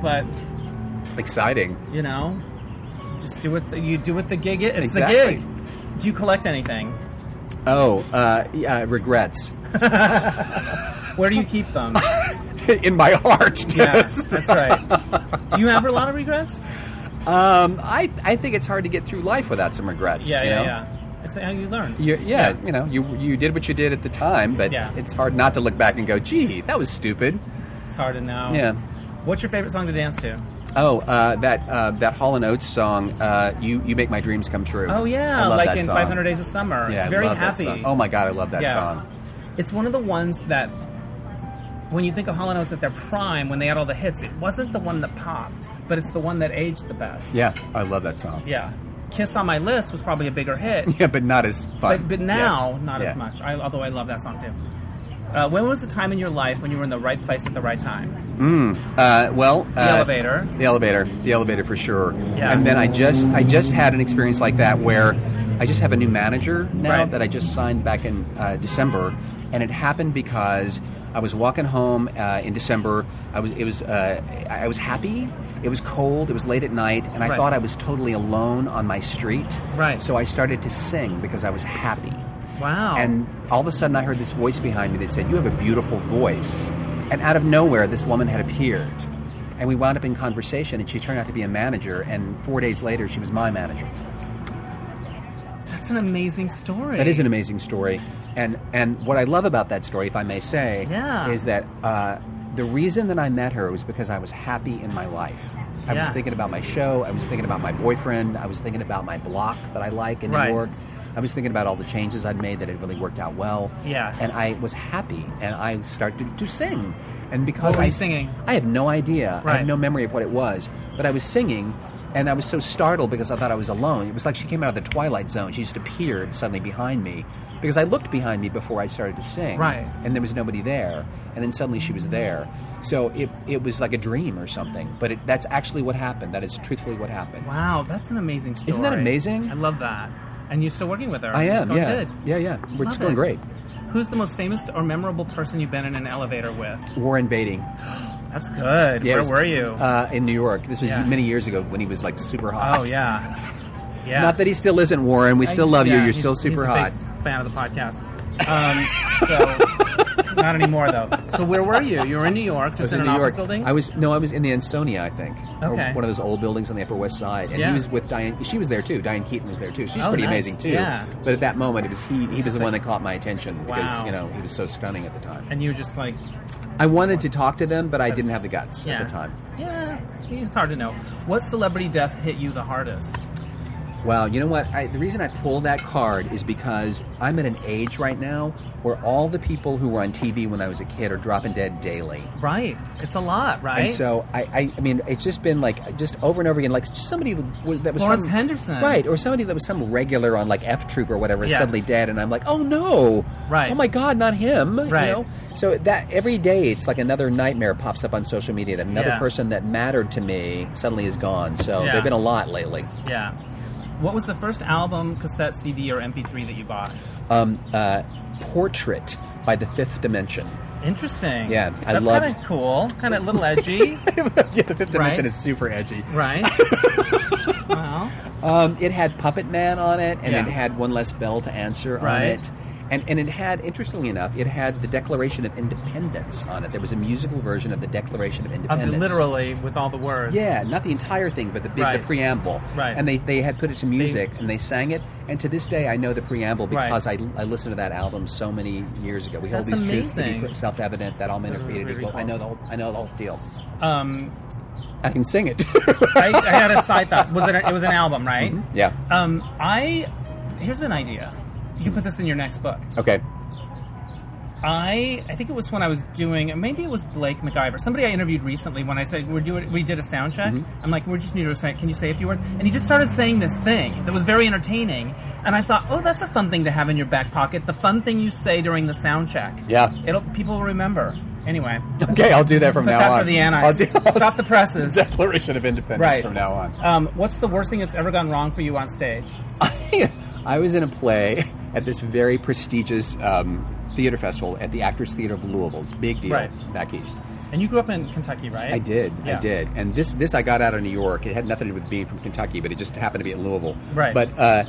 S1: but
S2: Exciting.
S1: you know, you just do what the, you do with the gig. It's
S2: Exactly.
S1: the gig. Do you collect anything?
S2: Oh, uh, yeah, regrets.
S1: Where do you keep them?
S2: In my heart.
S1: yes, that's right. Do you have a lot of regrets?
S2: Um, I, I think it's hard to get through life without some regrets.
S1: Yeah,
S2: you
S1: yeah,
S2: know?
S1: yeah. It's how you learn.
S2: You, yeah, you know, you you did what you did at the time, but
S1: Yeah.
S2: it's hard not to look back and go, "Gee, that was stupid."
S1: It's hard to know.
S2: Yeah.
S1: What's your favorite song to dance to?
S2: Oh, uh, that uh, that Hall and Oates song, uh, "You You Make My Dreams Come True."
S1: Oh yeah,
S2: I love
S1: like
S2: that
S1: in
S2: song.
S1: 500 Days of Summer.
S2: Yeah,
S1: it's
S2: I
S1: very
S2: love that
S1: happy.
S2: song. Oh my god, I love that
S1: Yeah.
S2: song.
S1: It's one of the ones that when you think of Hollow Notes at their prime, when they had all the hits, it wasn't the one that popped, but it's the one that aged the best.
S2: Yeah, I love that song.
S1: Yeah. Kiss on My List was probably a bigger hit,
S2: Yeah, but not as fun.
S1: but, but now,
S2: Yeah.
S1: not
S2: Yeah.
S1: as much. I, although I love that song too. Uh, when was the time in your life when you were in the right place at the right time?
S2: Uh, well, the
S1: elevator.
S2: the elevator, the elevator for sure.
S1: Yeah.
S2: And then I just I just had an experience like that where I just have a new manager now
S1: Right.
S2: that I just signed back in uh, December, and it happened because I was walking home uh, in December. I was it was uh, I I was happy. It was cold. It was late at night, and I
S1: Right.
S2: thought I was totally alone on my street.
S1: Right.
S2: So I started to sing because I was happy.
S1: Wow.
S2: And all of a sudden, I heard this voice behind me that said, You have a beautiful voice. And out of nowhere, this woman had appeared. And we wound up in conversation, and she turned out to be a manager. And four days later, she was my manager.
S1: that's an amazing story.
S2: That is an amazing story. And, and what I love about that story, if I may say,
S1: Yeah.
S2: is that uh, the reason that I met her was because I was happy in my life. I
S1: Yeah.
S2: was thinking about my show, I was thinking about my boyfriend, I was thinking about my block that I like in
S1: Right.
S2: New York. I was thinking about all the changes I'd made that had really worked out well.
S1: Yeah.
S2: And I was happy and I started to sing. And because
S1: What were
S2: I
S1: you
S2: s-
S1: singing?
S2: I have no idea. I
S1: Right.
S2: have no memory of what it was, but I was singing, and I was so startled because I thought I was alone. It was like she came out of the twilight zone. She just appeared suddenly behind me because I looked behind me before I started to sing,
S1: Right.
S2: And there was nobody there, and then suddenly she was there. So it it was like a dream or something. But it, that's actually what happened. That is truthfully what happened.
S1: wow, that's an amazing story.
S2: Isn't that amazing?
S1: I love that. And you're still working with her.
S2: I
S1: It's
S2: am.
S1: going
S2: Yeah.
S1: good.
S2: Yeah. Yeah. We're
S1: Love
S2: just going
S1: it.
S2: great.
S1: Who's the most famous or memorable person you've been in an elevator with?
S2: Warren Beatty.
S1: That's good.
S2: Yeah, it
S1: Where
S2: was-
S1: were you?
S2: Uh, in New York. This was
S1: Yeah.
S2: many years ago when he was like super hot.
S1: oh yeah, yeah.
S2: Not that he still isn't Warren. We still love
S1: Yeah,
S2: you. You're
S1: he's-
S2: still super
S1: he's a
S2: hot.
S1: big fan of the podcast. Um, so not anymore though. So where were you? You were in New York, just
S2: I was
S1: in,
S2: in
S1: an
S2: New
S1: office
S2: York.
S1: building.
S2: I was no, I was in the Ansonia, I think, or
S1: Okay.
S2: one of those old buildings on the Upper West Side, and
S1: Yeah.
S2: he was with Diane. She was there too. Diane Keaton was there too. She's
S1: Oh,
S2: pretty
S1: nice.
S2: amazing too.
S1: Yeah.
S2: But at that moment, it was he. He was the
S1: like-
S2: one that caught my attention because
S1: Wow.
S2: you know he was so stunning at the time.
S1: and you were just like,
S2: I wanted to talk to them, but I didn't have the guts
S1: yeah.
S2: at the time.
S1: Yeah, it's hard to know. What celebrity death hit you the hardest?
S2: Well, you know what? I, the reason I pulled that card is because I'm at an age right now where all the people who were on TV when I was a kid are dropping dead daily.
S1: Right, it's a lot, right?
S2: And so I, I, I mean, it's just been like just over and over again, like just somebody that was that was
S1: Florence
S2: some-
S1: Henderson.
S2: right? Or somebody that was some regular on like F Troop or whatever is
S1: Yeah.
S2: suddenly dead, and I'm like, oh no,
S1: Right.
S2: Oh my God, not him,
S1: Right.
S2: You know? So that every day, it's like another nightmare pops up on social media that another
S1: Yeah.
S2: person that mattered to me suddenly is gone. So
S1: Yeah.
S2: they've been a lot lately.
S1: yeah. What was the first album, cassette, CD, or MP3 that you bought?
S2: Um, uh, Portrait by the Fifth Dimension.
S1: Interesting.
S2: Yeah, I
S1: That's
S2: loved-
S1: kind of cool. Kind of a little edgy,
S2: yeah, the Fifth
S1: Dimension is
S2: super edgy.
S1: right? wow.
S2: Um, it had Puppet Man on it, and
S1: Yeah.
S2: it had One Less Bell to Answer on
S1: Right.
S2: it. And, and it had, interestingly enough, it had the Declaration of Independence on it. There was a musical version of the Declaration of
S1: Of the
S2: Independence.
S1: literally with all the words.
S2: Yeah, not the entire thing, but the big,
S1: Right.
S2: the preamble.
S1: Right.
S2: And they, they had put it to music, and they sang it. And to this day, I know the preamble
S1: Right.
S2: because I, I listened to that album so many years ago. We
S1: That's
S2: hold these truths to
S1: amazing.
S2: be self-evident that all men are created
S1: Really
S2: equal. I know the whole, I know the whole deal.
S1: Um,
S2: I can sing it.
S1: I, I
S2: Mm-hmm.
S1: had a side thought. Was it? A, it was an album, right?
S2: yeah.
S1: Um, I here's an idea. you can put this in your next book.
S2: Okay.
S1: I I think it was when I was doing maybe it was Blake McIver somebody I interviewed recently when I said we're doing we did a sound check
S2: Mm-hmm.
S1: I'm like we're just new to a sound- can you say a few words and he just started saying this thing that was very entertaining and I thought oh that's a fun thing to have in your back pocket the fun thing you say during the sound check
S2: Yeah.
S1: it'll people will remember anyway
S2: Okay, I'll do that from
S1: put
S2: now
S1: that
S2: on.
S1: for the anti
S2: I'll do
S1: stop the presses
S2: Declaration of Independence
S1: right
S2: from now on.
S1: um, what's the worst thing that's ever gone wrong for you on stage
S2: I was in a play at this very prestigious um, theater festival at the Actors Theater of Louisville. It's a big deal
S1: Right.
S2: back east.
S1: and you grew up in Kentucky right
S2: I did,
S1: Yeah.
S2: I did, and this this I got out of New York. It had nothing to do with being from Kentucky, but it just happened to be at Louisville.
S1: Right.
S2: But uh,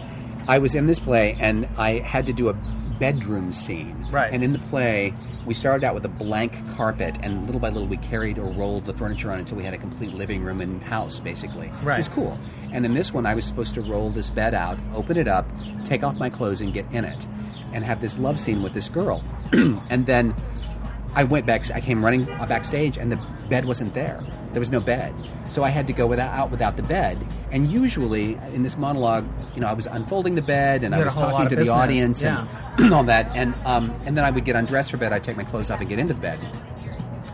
S2: I was in this play, and I had to do a bedroom scene.
S1: Right.
S2: And in the play, we started out with a blank carpet, and little by little, we carried or rolled the furniture on until we had a complete living room and house, basically.
S1: Right.
S2: It was cool. And in this one, I was supposed to roll this bed out, open it up, take off my clothes, and get in it, and have this love scene with this girl. and then I went back. I came running backstage, and the bed wasn't there. There was no bed, so I had to go without out without the bed. And usually, in this monologue, you know, I was unfolding the bed, and
S1: You
S2: I
S1: had a
S2: was
S1: whole lot
S2: talking
S1: of
S2: to the
S1: business,
S2: audience, and all that. And um, and then I would get undressed for bed. I would take my clothes off and get into bed.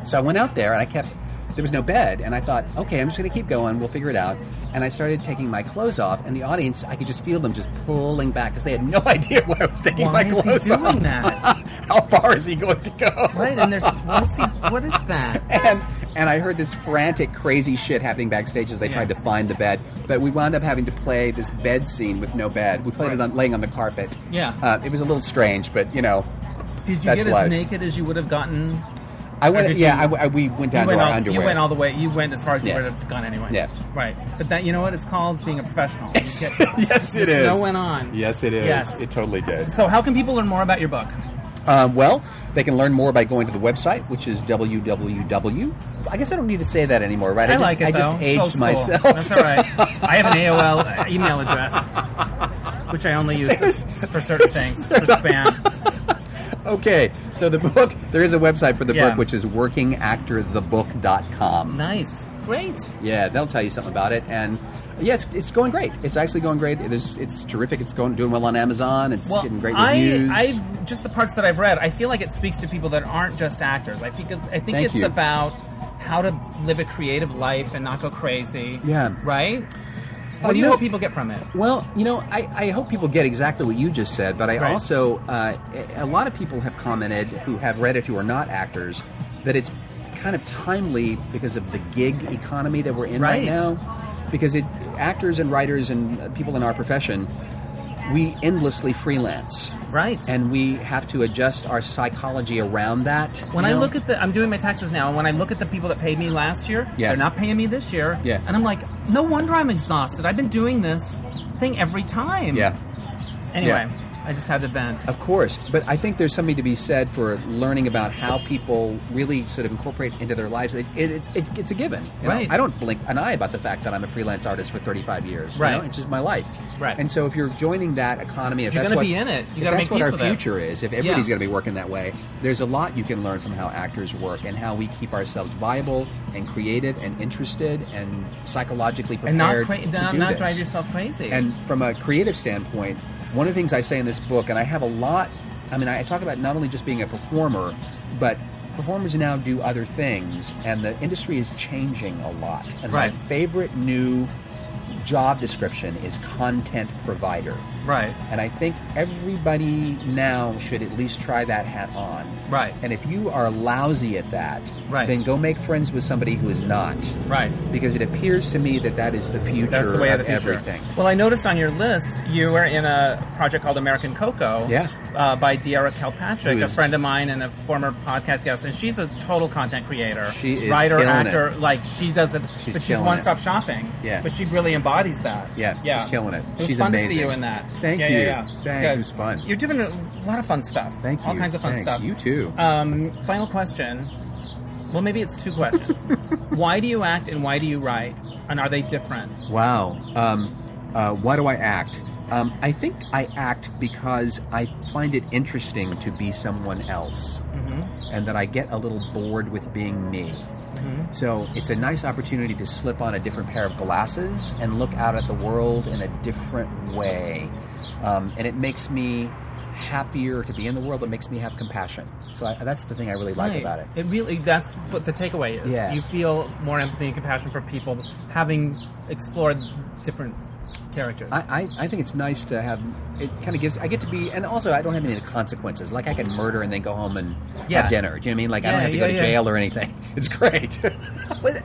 S2: So I went out there, and I kept. There was no bed, and I thought, okay, I'm just going to keep going. We'll figure it out. And I started taking my clothes off, and the audience, I could just feel them just pulling back because they had no idea why I was taking
S1: Why
S2: my
S1: is he
S2: clothes
S1: doing
S2: off.
S1: that?
S2: How far is he going to go?
S1: right and there's what's he, what is that
S2: and and I heard this frantic, crazy shit happening backstage as they
S1: Yeah.
S2: tried to find the bed. But we wound up having to play this bed scene with no bed. We played it on laying on the carpet.
S1: Yeah.
S2: uh, it was a little strange, but you know,
S1: Did you
S2: That's
S1: get as
S2: life.
S1: naked as you would have gotten? You
S2: I
S1: Or
S2: went.
S1: did
S2: Yeah,
S1: you-
S2: I w- I- we went down
S1: went
S2: to our
S1: all,
S2: underwear.
S1: You went all the way. You went as far as you
S2: Yeah.
S1: would have gone anyway.
S2: Yeah.
S1: Right. But that you know what? It's called being a professional. You get-
S2: yes,
S1: the
S2: it is.
S1: snow went on.
S2: Yes, it is.
S1: Yes.
S2: It totally did.
S1: So how can people learn more about your book?
S2: Um, well, they can learn more by going to the website, which is www. I guess I don't need to say that anymore, right?
S1: I,
S2: just,
S1: like it
S2: I
S1: though.
S2: just
S1: It's
S2: aged
S1: old school.
S2: myself.
S1: That's all right. I have an AOL email address, which I only use
S2: There's-
S1: for certain things, for spam.
S2: Okay, so the book, there is a website for the
S1: Yeah.
S2: book, which is workingactorthebook.com.
S1: Nice. Great.
S2: Yeah, that'll tell you something about it. And yeah, it's, it's going great. It's actually going great. It is, it's terrific. It's going doing well on Amazon. It's getting great reviews.
S1: I, I've just the parts that I've read. I feel like it speaks to people that aren't just actors. I think it's, I think
S2: Thank
S1: it's
S2: you.
S1: about how to live a creative life and not go crazy.
S2: Yeah.
S1: Right. What
S2: Uh,
S1: do you
S2: no-
S1: hope people get from it?
S2: Well, you know, I, I hope people get exactly what you just said, but I
S1: Right.
S2: also, uh, a a lot of people have commented who have read it who are not actors that it's kind of timely because of the gig economy that we're in
S1: Right.
S2: right, now. Because it, actors and writers and uh, people in our profession, we endlessly freelance.
S1: Right.
S2: And we have to adjust our psychology around that.
S1: when
S2: you
S1: I
S2: know?
S1: look at the, I'm doing my taxes now, and when I look at the people that paid me last year,
S2: Yeah.
S1: they're not paying me this year.
S2: Yeah.
S1: And I'm like, no wonder I'm exhausted. I've been doing this thing every time.
S2: Yeah.
S1: Anyway,
S2: Yeah.
S1: I just had to vent.
S2: Of course, but I think there's something to be said for learning about how people really sort of incorporate into their lives. It, it, it's it's it's a given. you know?
S1: Right.
S2: I don't blink an eye about the fact that I'm a freelance artist for 35 years. you
S1: Right.
S2: know? It's just my life.
S1: Right.
S2: And so if you're joining that economy, if
S1: You're
S2: that's
S1: gonna
S2: what,
S1: be in it. You
S2: if
S1: gotta
S2: that's
S1: make peace
S2: what
S1: with
S2: our
S1: it.
S2: future is, if everybody's
S1: Yeah.
S2: going to be working that way, there's a lot you can learn from how actors work and how we keep ourselves viable and creative and interested and psychologically prepared
S1: and not cra-
S2: to
S1: not,
S2: do
S1: not
S2: this.
S1: drive yourself crazy.
S2: And from a creative standpoint, one of the things I say in this book, and I have a lot, I mean, I talk about not only just being a performer, but performers now do other things, and the industry is changing a lot. And
S1: Right.
S2: my favorite new job description is content provider.
S1: right.
S2: And I think everybody now should at least try that hat on.
S1: Right.
S2: And if you are lousy at that,
S1: Right.
S2: then go make friends with somebody who is not.
S1: Right.
S2: Because it appears to me that that is the future
S1: That's the way of,
S2: of,
S1: the future.
S2: everything.
S1: Well, I noticed on your list you were in a project called American Cocoa.
S2: Yeah.
S1: Uh, by Diara Kalpatrick,
S2: Who
S1: a
S2: is-
S1: friend of mine and a former podcast guest, and she's a total content creator.
S2: She is
S1: writer,
S2: killing it.
S1: actor. Like she does it,
S2: She's
S1: but she's
S2: killing it.
S1: one stop shopping.
S2: Yeah.
S1: But she really embodies that.
S2: Yeah, she's killing it.
S1: was
S2: She's
S1: fun to
S2: amazing.
S1: see you in that.
S2: Thank
S1: yeah,
S2: you.
S1: Yeah, yeah. It's
S2: Thanks,
S1: good.
S2: it was fun.
S1: You're doing a lot of fun stuff.
S2: Thank you.
S1: All kinds of fun
S2: Thanks.
S1: stuff.
S2: You too.
S1: Um, final question. Well, maybe it's two questions. why do you act and why do you write, and are they different?
S2: Wow. Um, uh, why do I act? Um, I think I act because I find it interesting to be someone else
S1: Mm-hmm.
S2: and that I get a little bored with being me.
S1: Mm-hmm.
S2: So it's a nice opportunity to slip on a different pair of glasses and look out at the world in a different way. Um, and it makes me happier to be in the world, but makes me have compassion. So I, that's the thing I really like
S1: Right.
S2: about it.
S1: really that's what the takeaway is.
S2: Yeah.
S1: You feel more empathy and compassion for people having explored different characters.
S2: I, I, I think it's nice to have it kind of gives I get to be and also I don't have any consequences like I can murder and then go home and
S1: Yeah.
S2: have dinner do you know what I mean like I
S1: Yeah,
S2: don't have to
S1: yeah,
S2: go to
S1: yeah.
S2: jail or anything it's great
S1: But-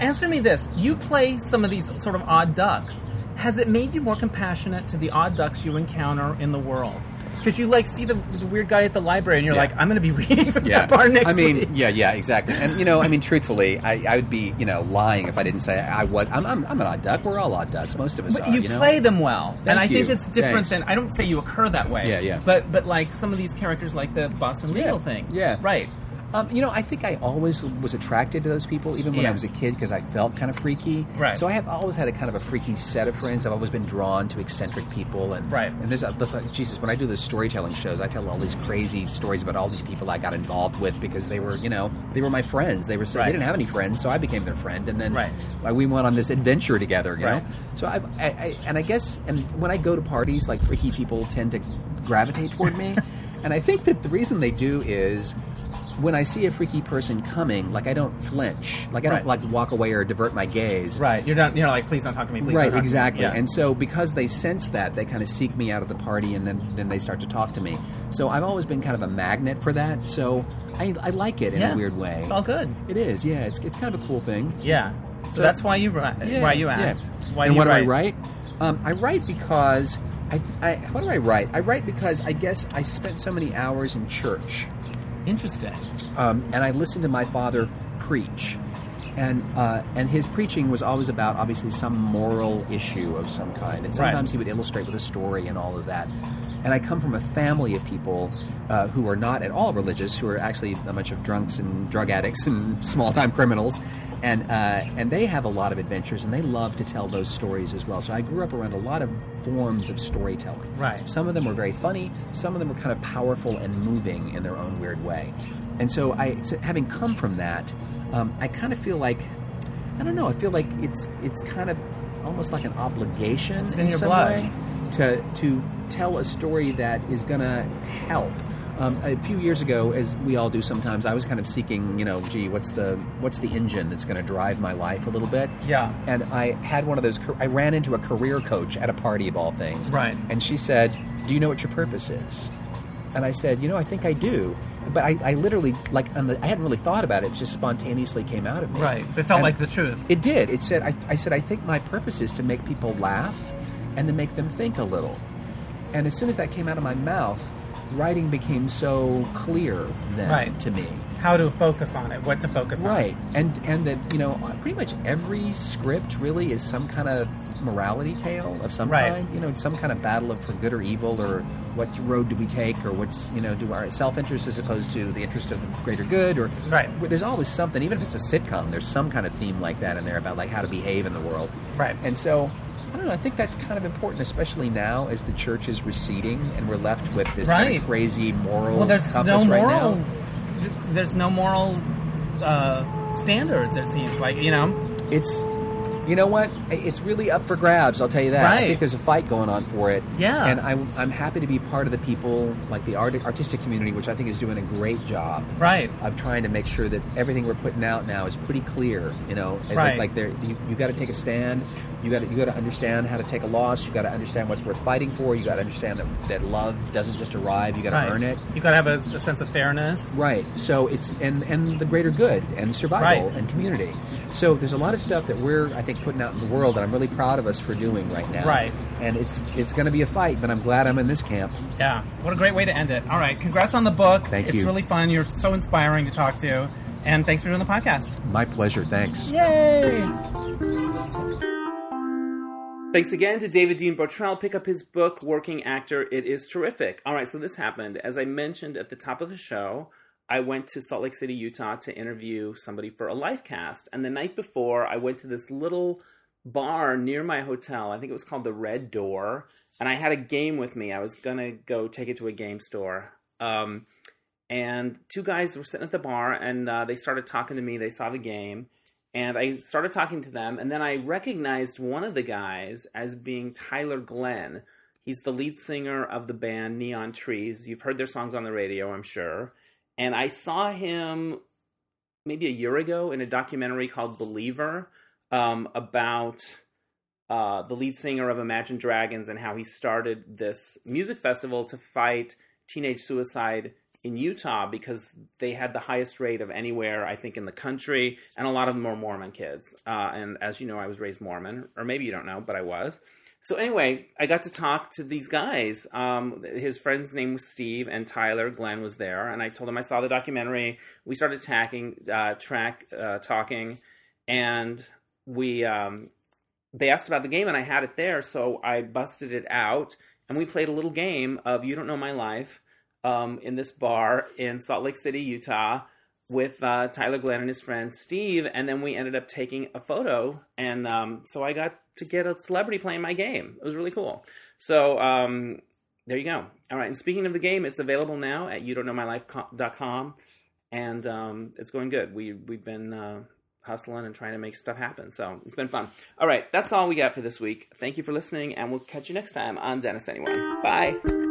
S1: answer me this: You play some of these sort of odd ducks. Has it made you more compassionate to the odd ducks you encounter in the world? Because you like see the, the weird guy at the library, and you're
S2: Yeah.
S1: like, I'm going to be reading from that bar next
S2: I mean,
S1: week.
S2: yeah, yeah, exactly. And you know, I mean, truthfully, I, I would be you know lying if I didn't say I was. I'm, I'm, I'm an odd duck. We're all odd ducks. Most of us
S1: But
S2: are.
S1: you,
S2: know?
S1: play them well, and
S2: Thank
S1: I think
S2: you.
S1: it's different
S2: Thanks.
S1: than I don't say you occur that way.
S2: Yeah, yeah.
S1: But but like some of these characters, like the Boston
S2: Yeah,
S1: Legal thing.
S2: yeah.
S1: right.
S2: Um, you know, I think I always was attracted to those people, even when
S1: Yeah.
S2: I was a kid, because I felt kind of freaky.
S1: Right.
S2: So I have always had a kind of a freaky set of friends. I've always been drawn to eccentric people, and
S1: Right.
S2: And there's, a, there's like, Jesus, when I do those storytelling shows, I tell all these crazy stories about all these people I got involved with because they were, you know, they were my friends. They were so
S1: Right.
S2: they didn't have any friends, so I became their friend, and then
S1: Right.
S2: uh, we went on this adventure together. You
S1: Right.
S2: know, so I've, I, I and I guess and when I go to parties, like freaky people tend to gravitate toward me, and I think that the reason they do is when I see a freaky person coming, like I don't flinch, like I
S1: Right.
S2: don't like walk away or divert my gaze.
S1: Right. You're not. You're not like, please don't talk to me. Please
S2: Right,
S1: don't talk
S2: exactly.
S1: To me. Yeah.
S2: And so because they sense that, they kind of seek me out of the party and then, then they start to talk to me. So I've always been kind of a magnet for that. So I, I like it in
S1: Yeah.
S2: a weird way.
S1: It's all good.
S2: It is, yeah. It's, it's kind of a cool thing.
S1: Yeah. So, that's why you write.
S2: Yeah,
S1: why you
S2: yeah.
S1: act. Why
S2: and
S1: you
S2: what
S1: write.
S2: do I write? Um, I write because I, I. What do I write? I write because I guess I spent so many hours in church,
S1: Interesting.
S2: um, and I listened to my father preach, and uh, and his preaching was always about obviously some moral issue of some kind, and
S1: Right.
S2: sometimes he would illustrate with a story and all of that. And I come from a family of people uh, who are not at all religious, who are actually a bunch of drunks and drug addicts and small time criminals, and uh, and they have a lot of adventures, and they love to tell those stories as well. So I grew up around a lot of forms of storytelling.
S1: Right.
S2: Some of them were very funny. Some of them were kind of powerful and moving in their own weird way. And so I, so having come from that, um, I kind of feel like, I don't know. I feel like it's it's kind of almost like an obligation
S1: It's in
S2: in,
S1: your
S2: some
S1: blood.
S2: way to to tell a story that is going to help. Um, a few years ago, as we all do sometimes, I was kind of seeking, you know, gee, what's the what's the engine that's going to drive my life a little bit?
S1: Yeah.
S2: And I had one of those. I ran into a career coach at a party of all things.
S1: Right.
S2: And she said, "Do you know what your purpose is?" And I said, "You know, I think I do." But I, I literally, like, on the, I hadn't really thought about it. It just spontaneously came out of me.
S1: Right. It felt
S2: And-
S1: like the truth.
S2: It did. It said, I, I said, I think my purpose is to make people laugh and to make them think a little. And as soon as that came out of my mouth, writing became so clear then
S1: Right.
S2: to me.
S1: How to focus on it. What to focus on.
S2: Right. And and that, you know, pretty much every script really is some kind of morality tale of some
S1: Right.
S2: kind. You know, it's some kind of battle of for good or evil or what road do we take or what's, you know, do our self interest as opposed to the interest of the greater good or
S1: Right.
S2: where there's always something, even if it's a sitcom, there's some kind of theme like that in there about like how to behave in the world.
S1: Right.
S2: And so I don't know. I think that's kind of important, especially now as the church is receding and we're left with this kind
S1: Right.
S2: of crazy moral
S1: Well, there's no
S2: compass right
S1: moral.
S2: now.
S1: th- there's no moral uh, standards. It seems like you know.
S2: it's you know what it's really up for grabs i'll tell you that
S1: Right.
S2: i think there's a fight going on for it
S1: Yeah.
S2: and I, i'm happy to be part of the people like the art, artistic community which i think is doing a great job
S1: Right.
S2: of trying to make sure that everything we're putting out now is pretty clear you know It's
S1: Right.
S2: like there you, you got to take a stand you got to you got to understand how to take a loss you got to understand what's worth fighting for you got to understand that, that love doesn't just arrive you got to
S1: Right.
S2: earn it
S1: You gotta have a, a sense of fairness.
S2: Right. So it's and and the greater good and survival
S1: Right.
S2: and community. So there's a lot of stuff that we're I think putting out in the world that I'm really proud of us for doing right now.
S1: Right.
S2: And it's it's going to be a fight, but I'm glad I'm in this camp.
S1: Yeah. What a great way to end it. All right. Congrats on the book.
S2: Thank
S1: it's
S2: you.
S1: really fun. You're so inspiring to talk to. And thanks for doing the podcast.
S2: My pleasure. Thanks.
S1: Yay!
S4: Thanks again to David Dean Botrell. Pick up his book, Working Actor. It is terrific. All right, so this happened. As I mentioned at the top of the show, I went to Salt Lake City, Utah to interview somebody for a live cast. And the night before, I went to this little bar near my hotel. I think it was called the Red Door. And I had a game with me. I was going to go take it to a game store. Um, and two guys were sitting at the bar and uh, they started talking to me. They saw the game and I started talking to them. And then I recognized one of the guys as being Tyler Glenn,
S1: He's the lead singer of the band Neon Trees. You've heard their songs on the radio, I'm sure. And I saw him maybe a year ago in a documentary called Believer um, about uh, the lead singer of Imagine Dragons and how he started this music festival to fight teenage suicide in Utah because they had the highest rate of anywhere, I think, in the country. And a lot of them were Mormon kids. Uh, and as you know, I was raised Mormon, or maybe you don't know, but I was. So anyway, I got to talk to these guys. Um, his friend's name was Steve, and Tyler Glenn was there. And I told him I saw the documentary. We started tacking, uh, track uh, talking, and we um, they asked about the game, and I had it there, so I busted it out, and we played a little game of "You Don't Know My Life" um, in this bar in Salt Lake City, Utah with uh, Tyler Glenn and his friend Steve, and then we ended up taking a photo, and um, so I got to get a celebrity playing my game. It was really cool. So um, there you go. All right, and speaking of the game, it's available now at youdon'tknowmylife.com, and um, it's going good. We we've been uh, hustling and trying to make stuff happen, so it's been fun. All right, that's all we got for this week. Thank you for listening, and we'll catch you next time on Dennis Anyone. Bye.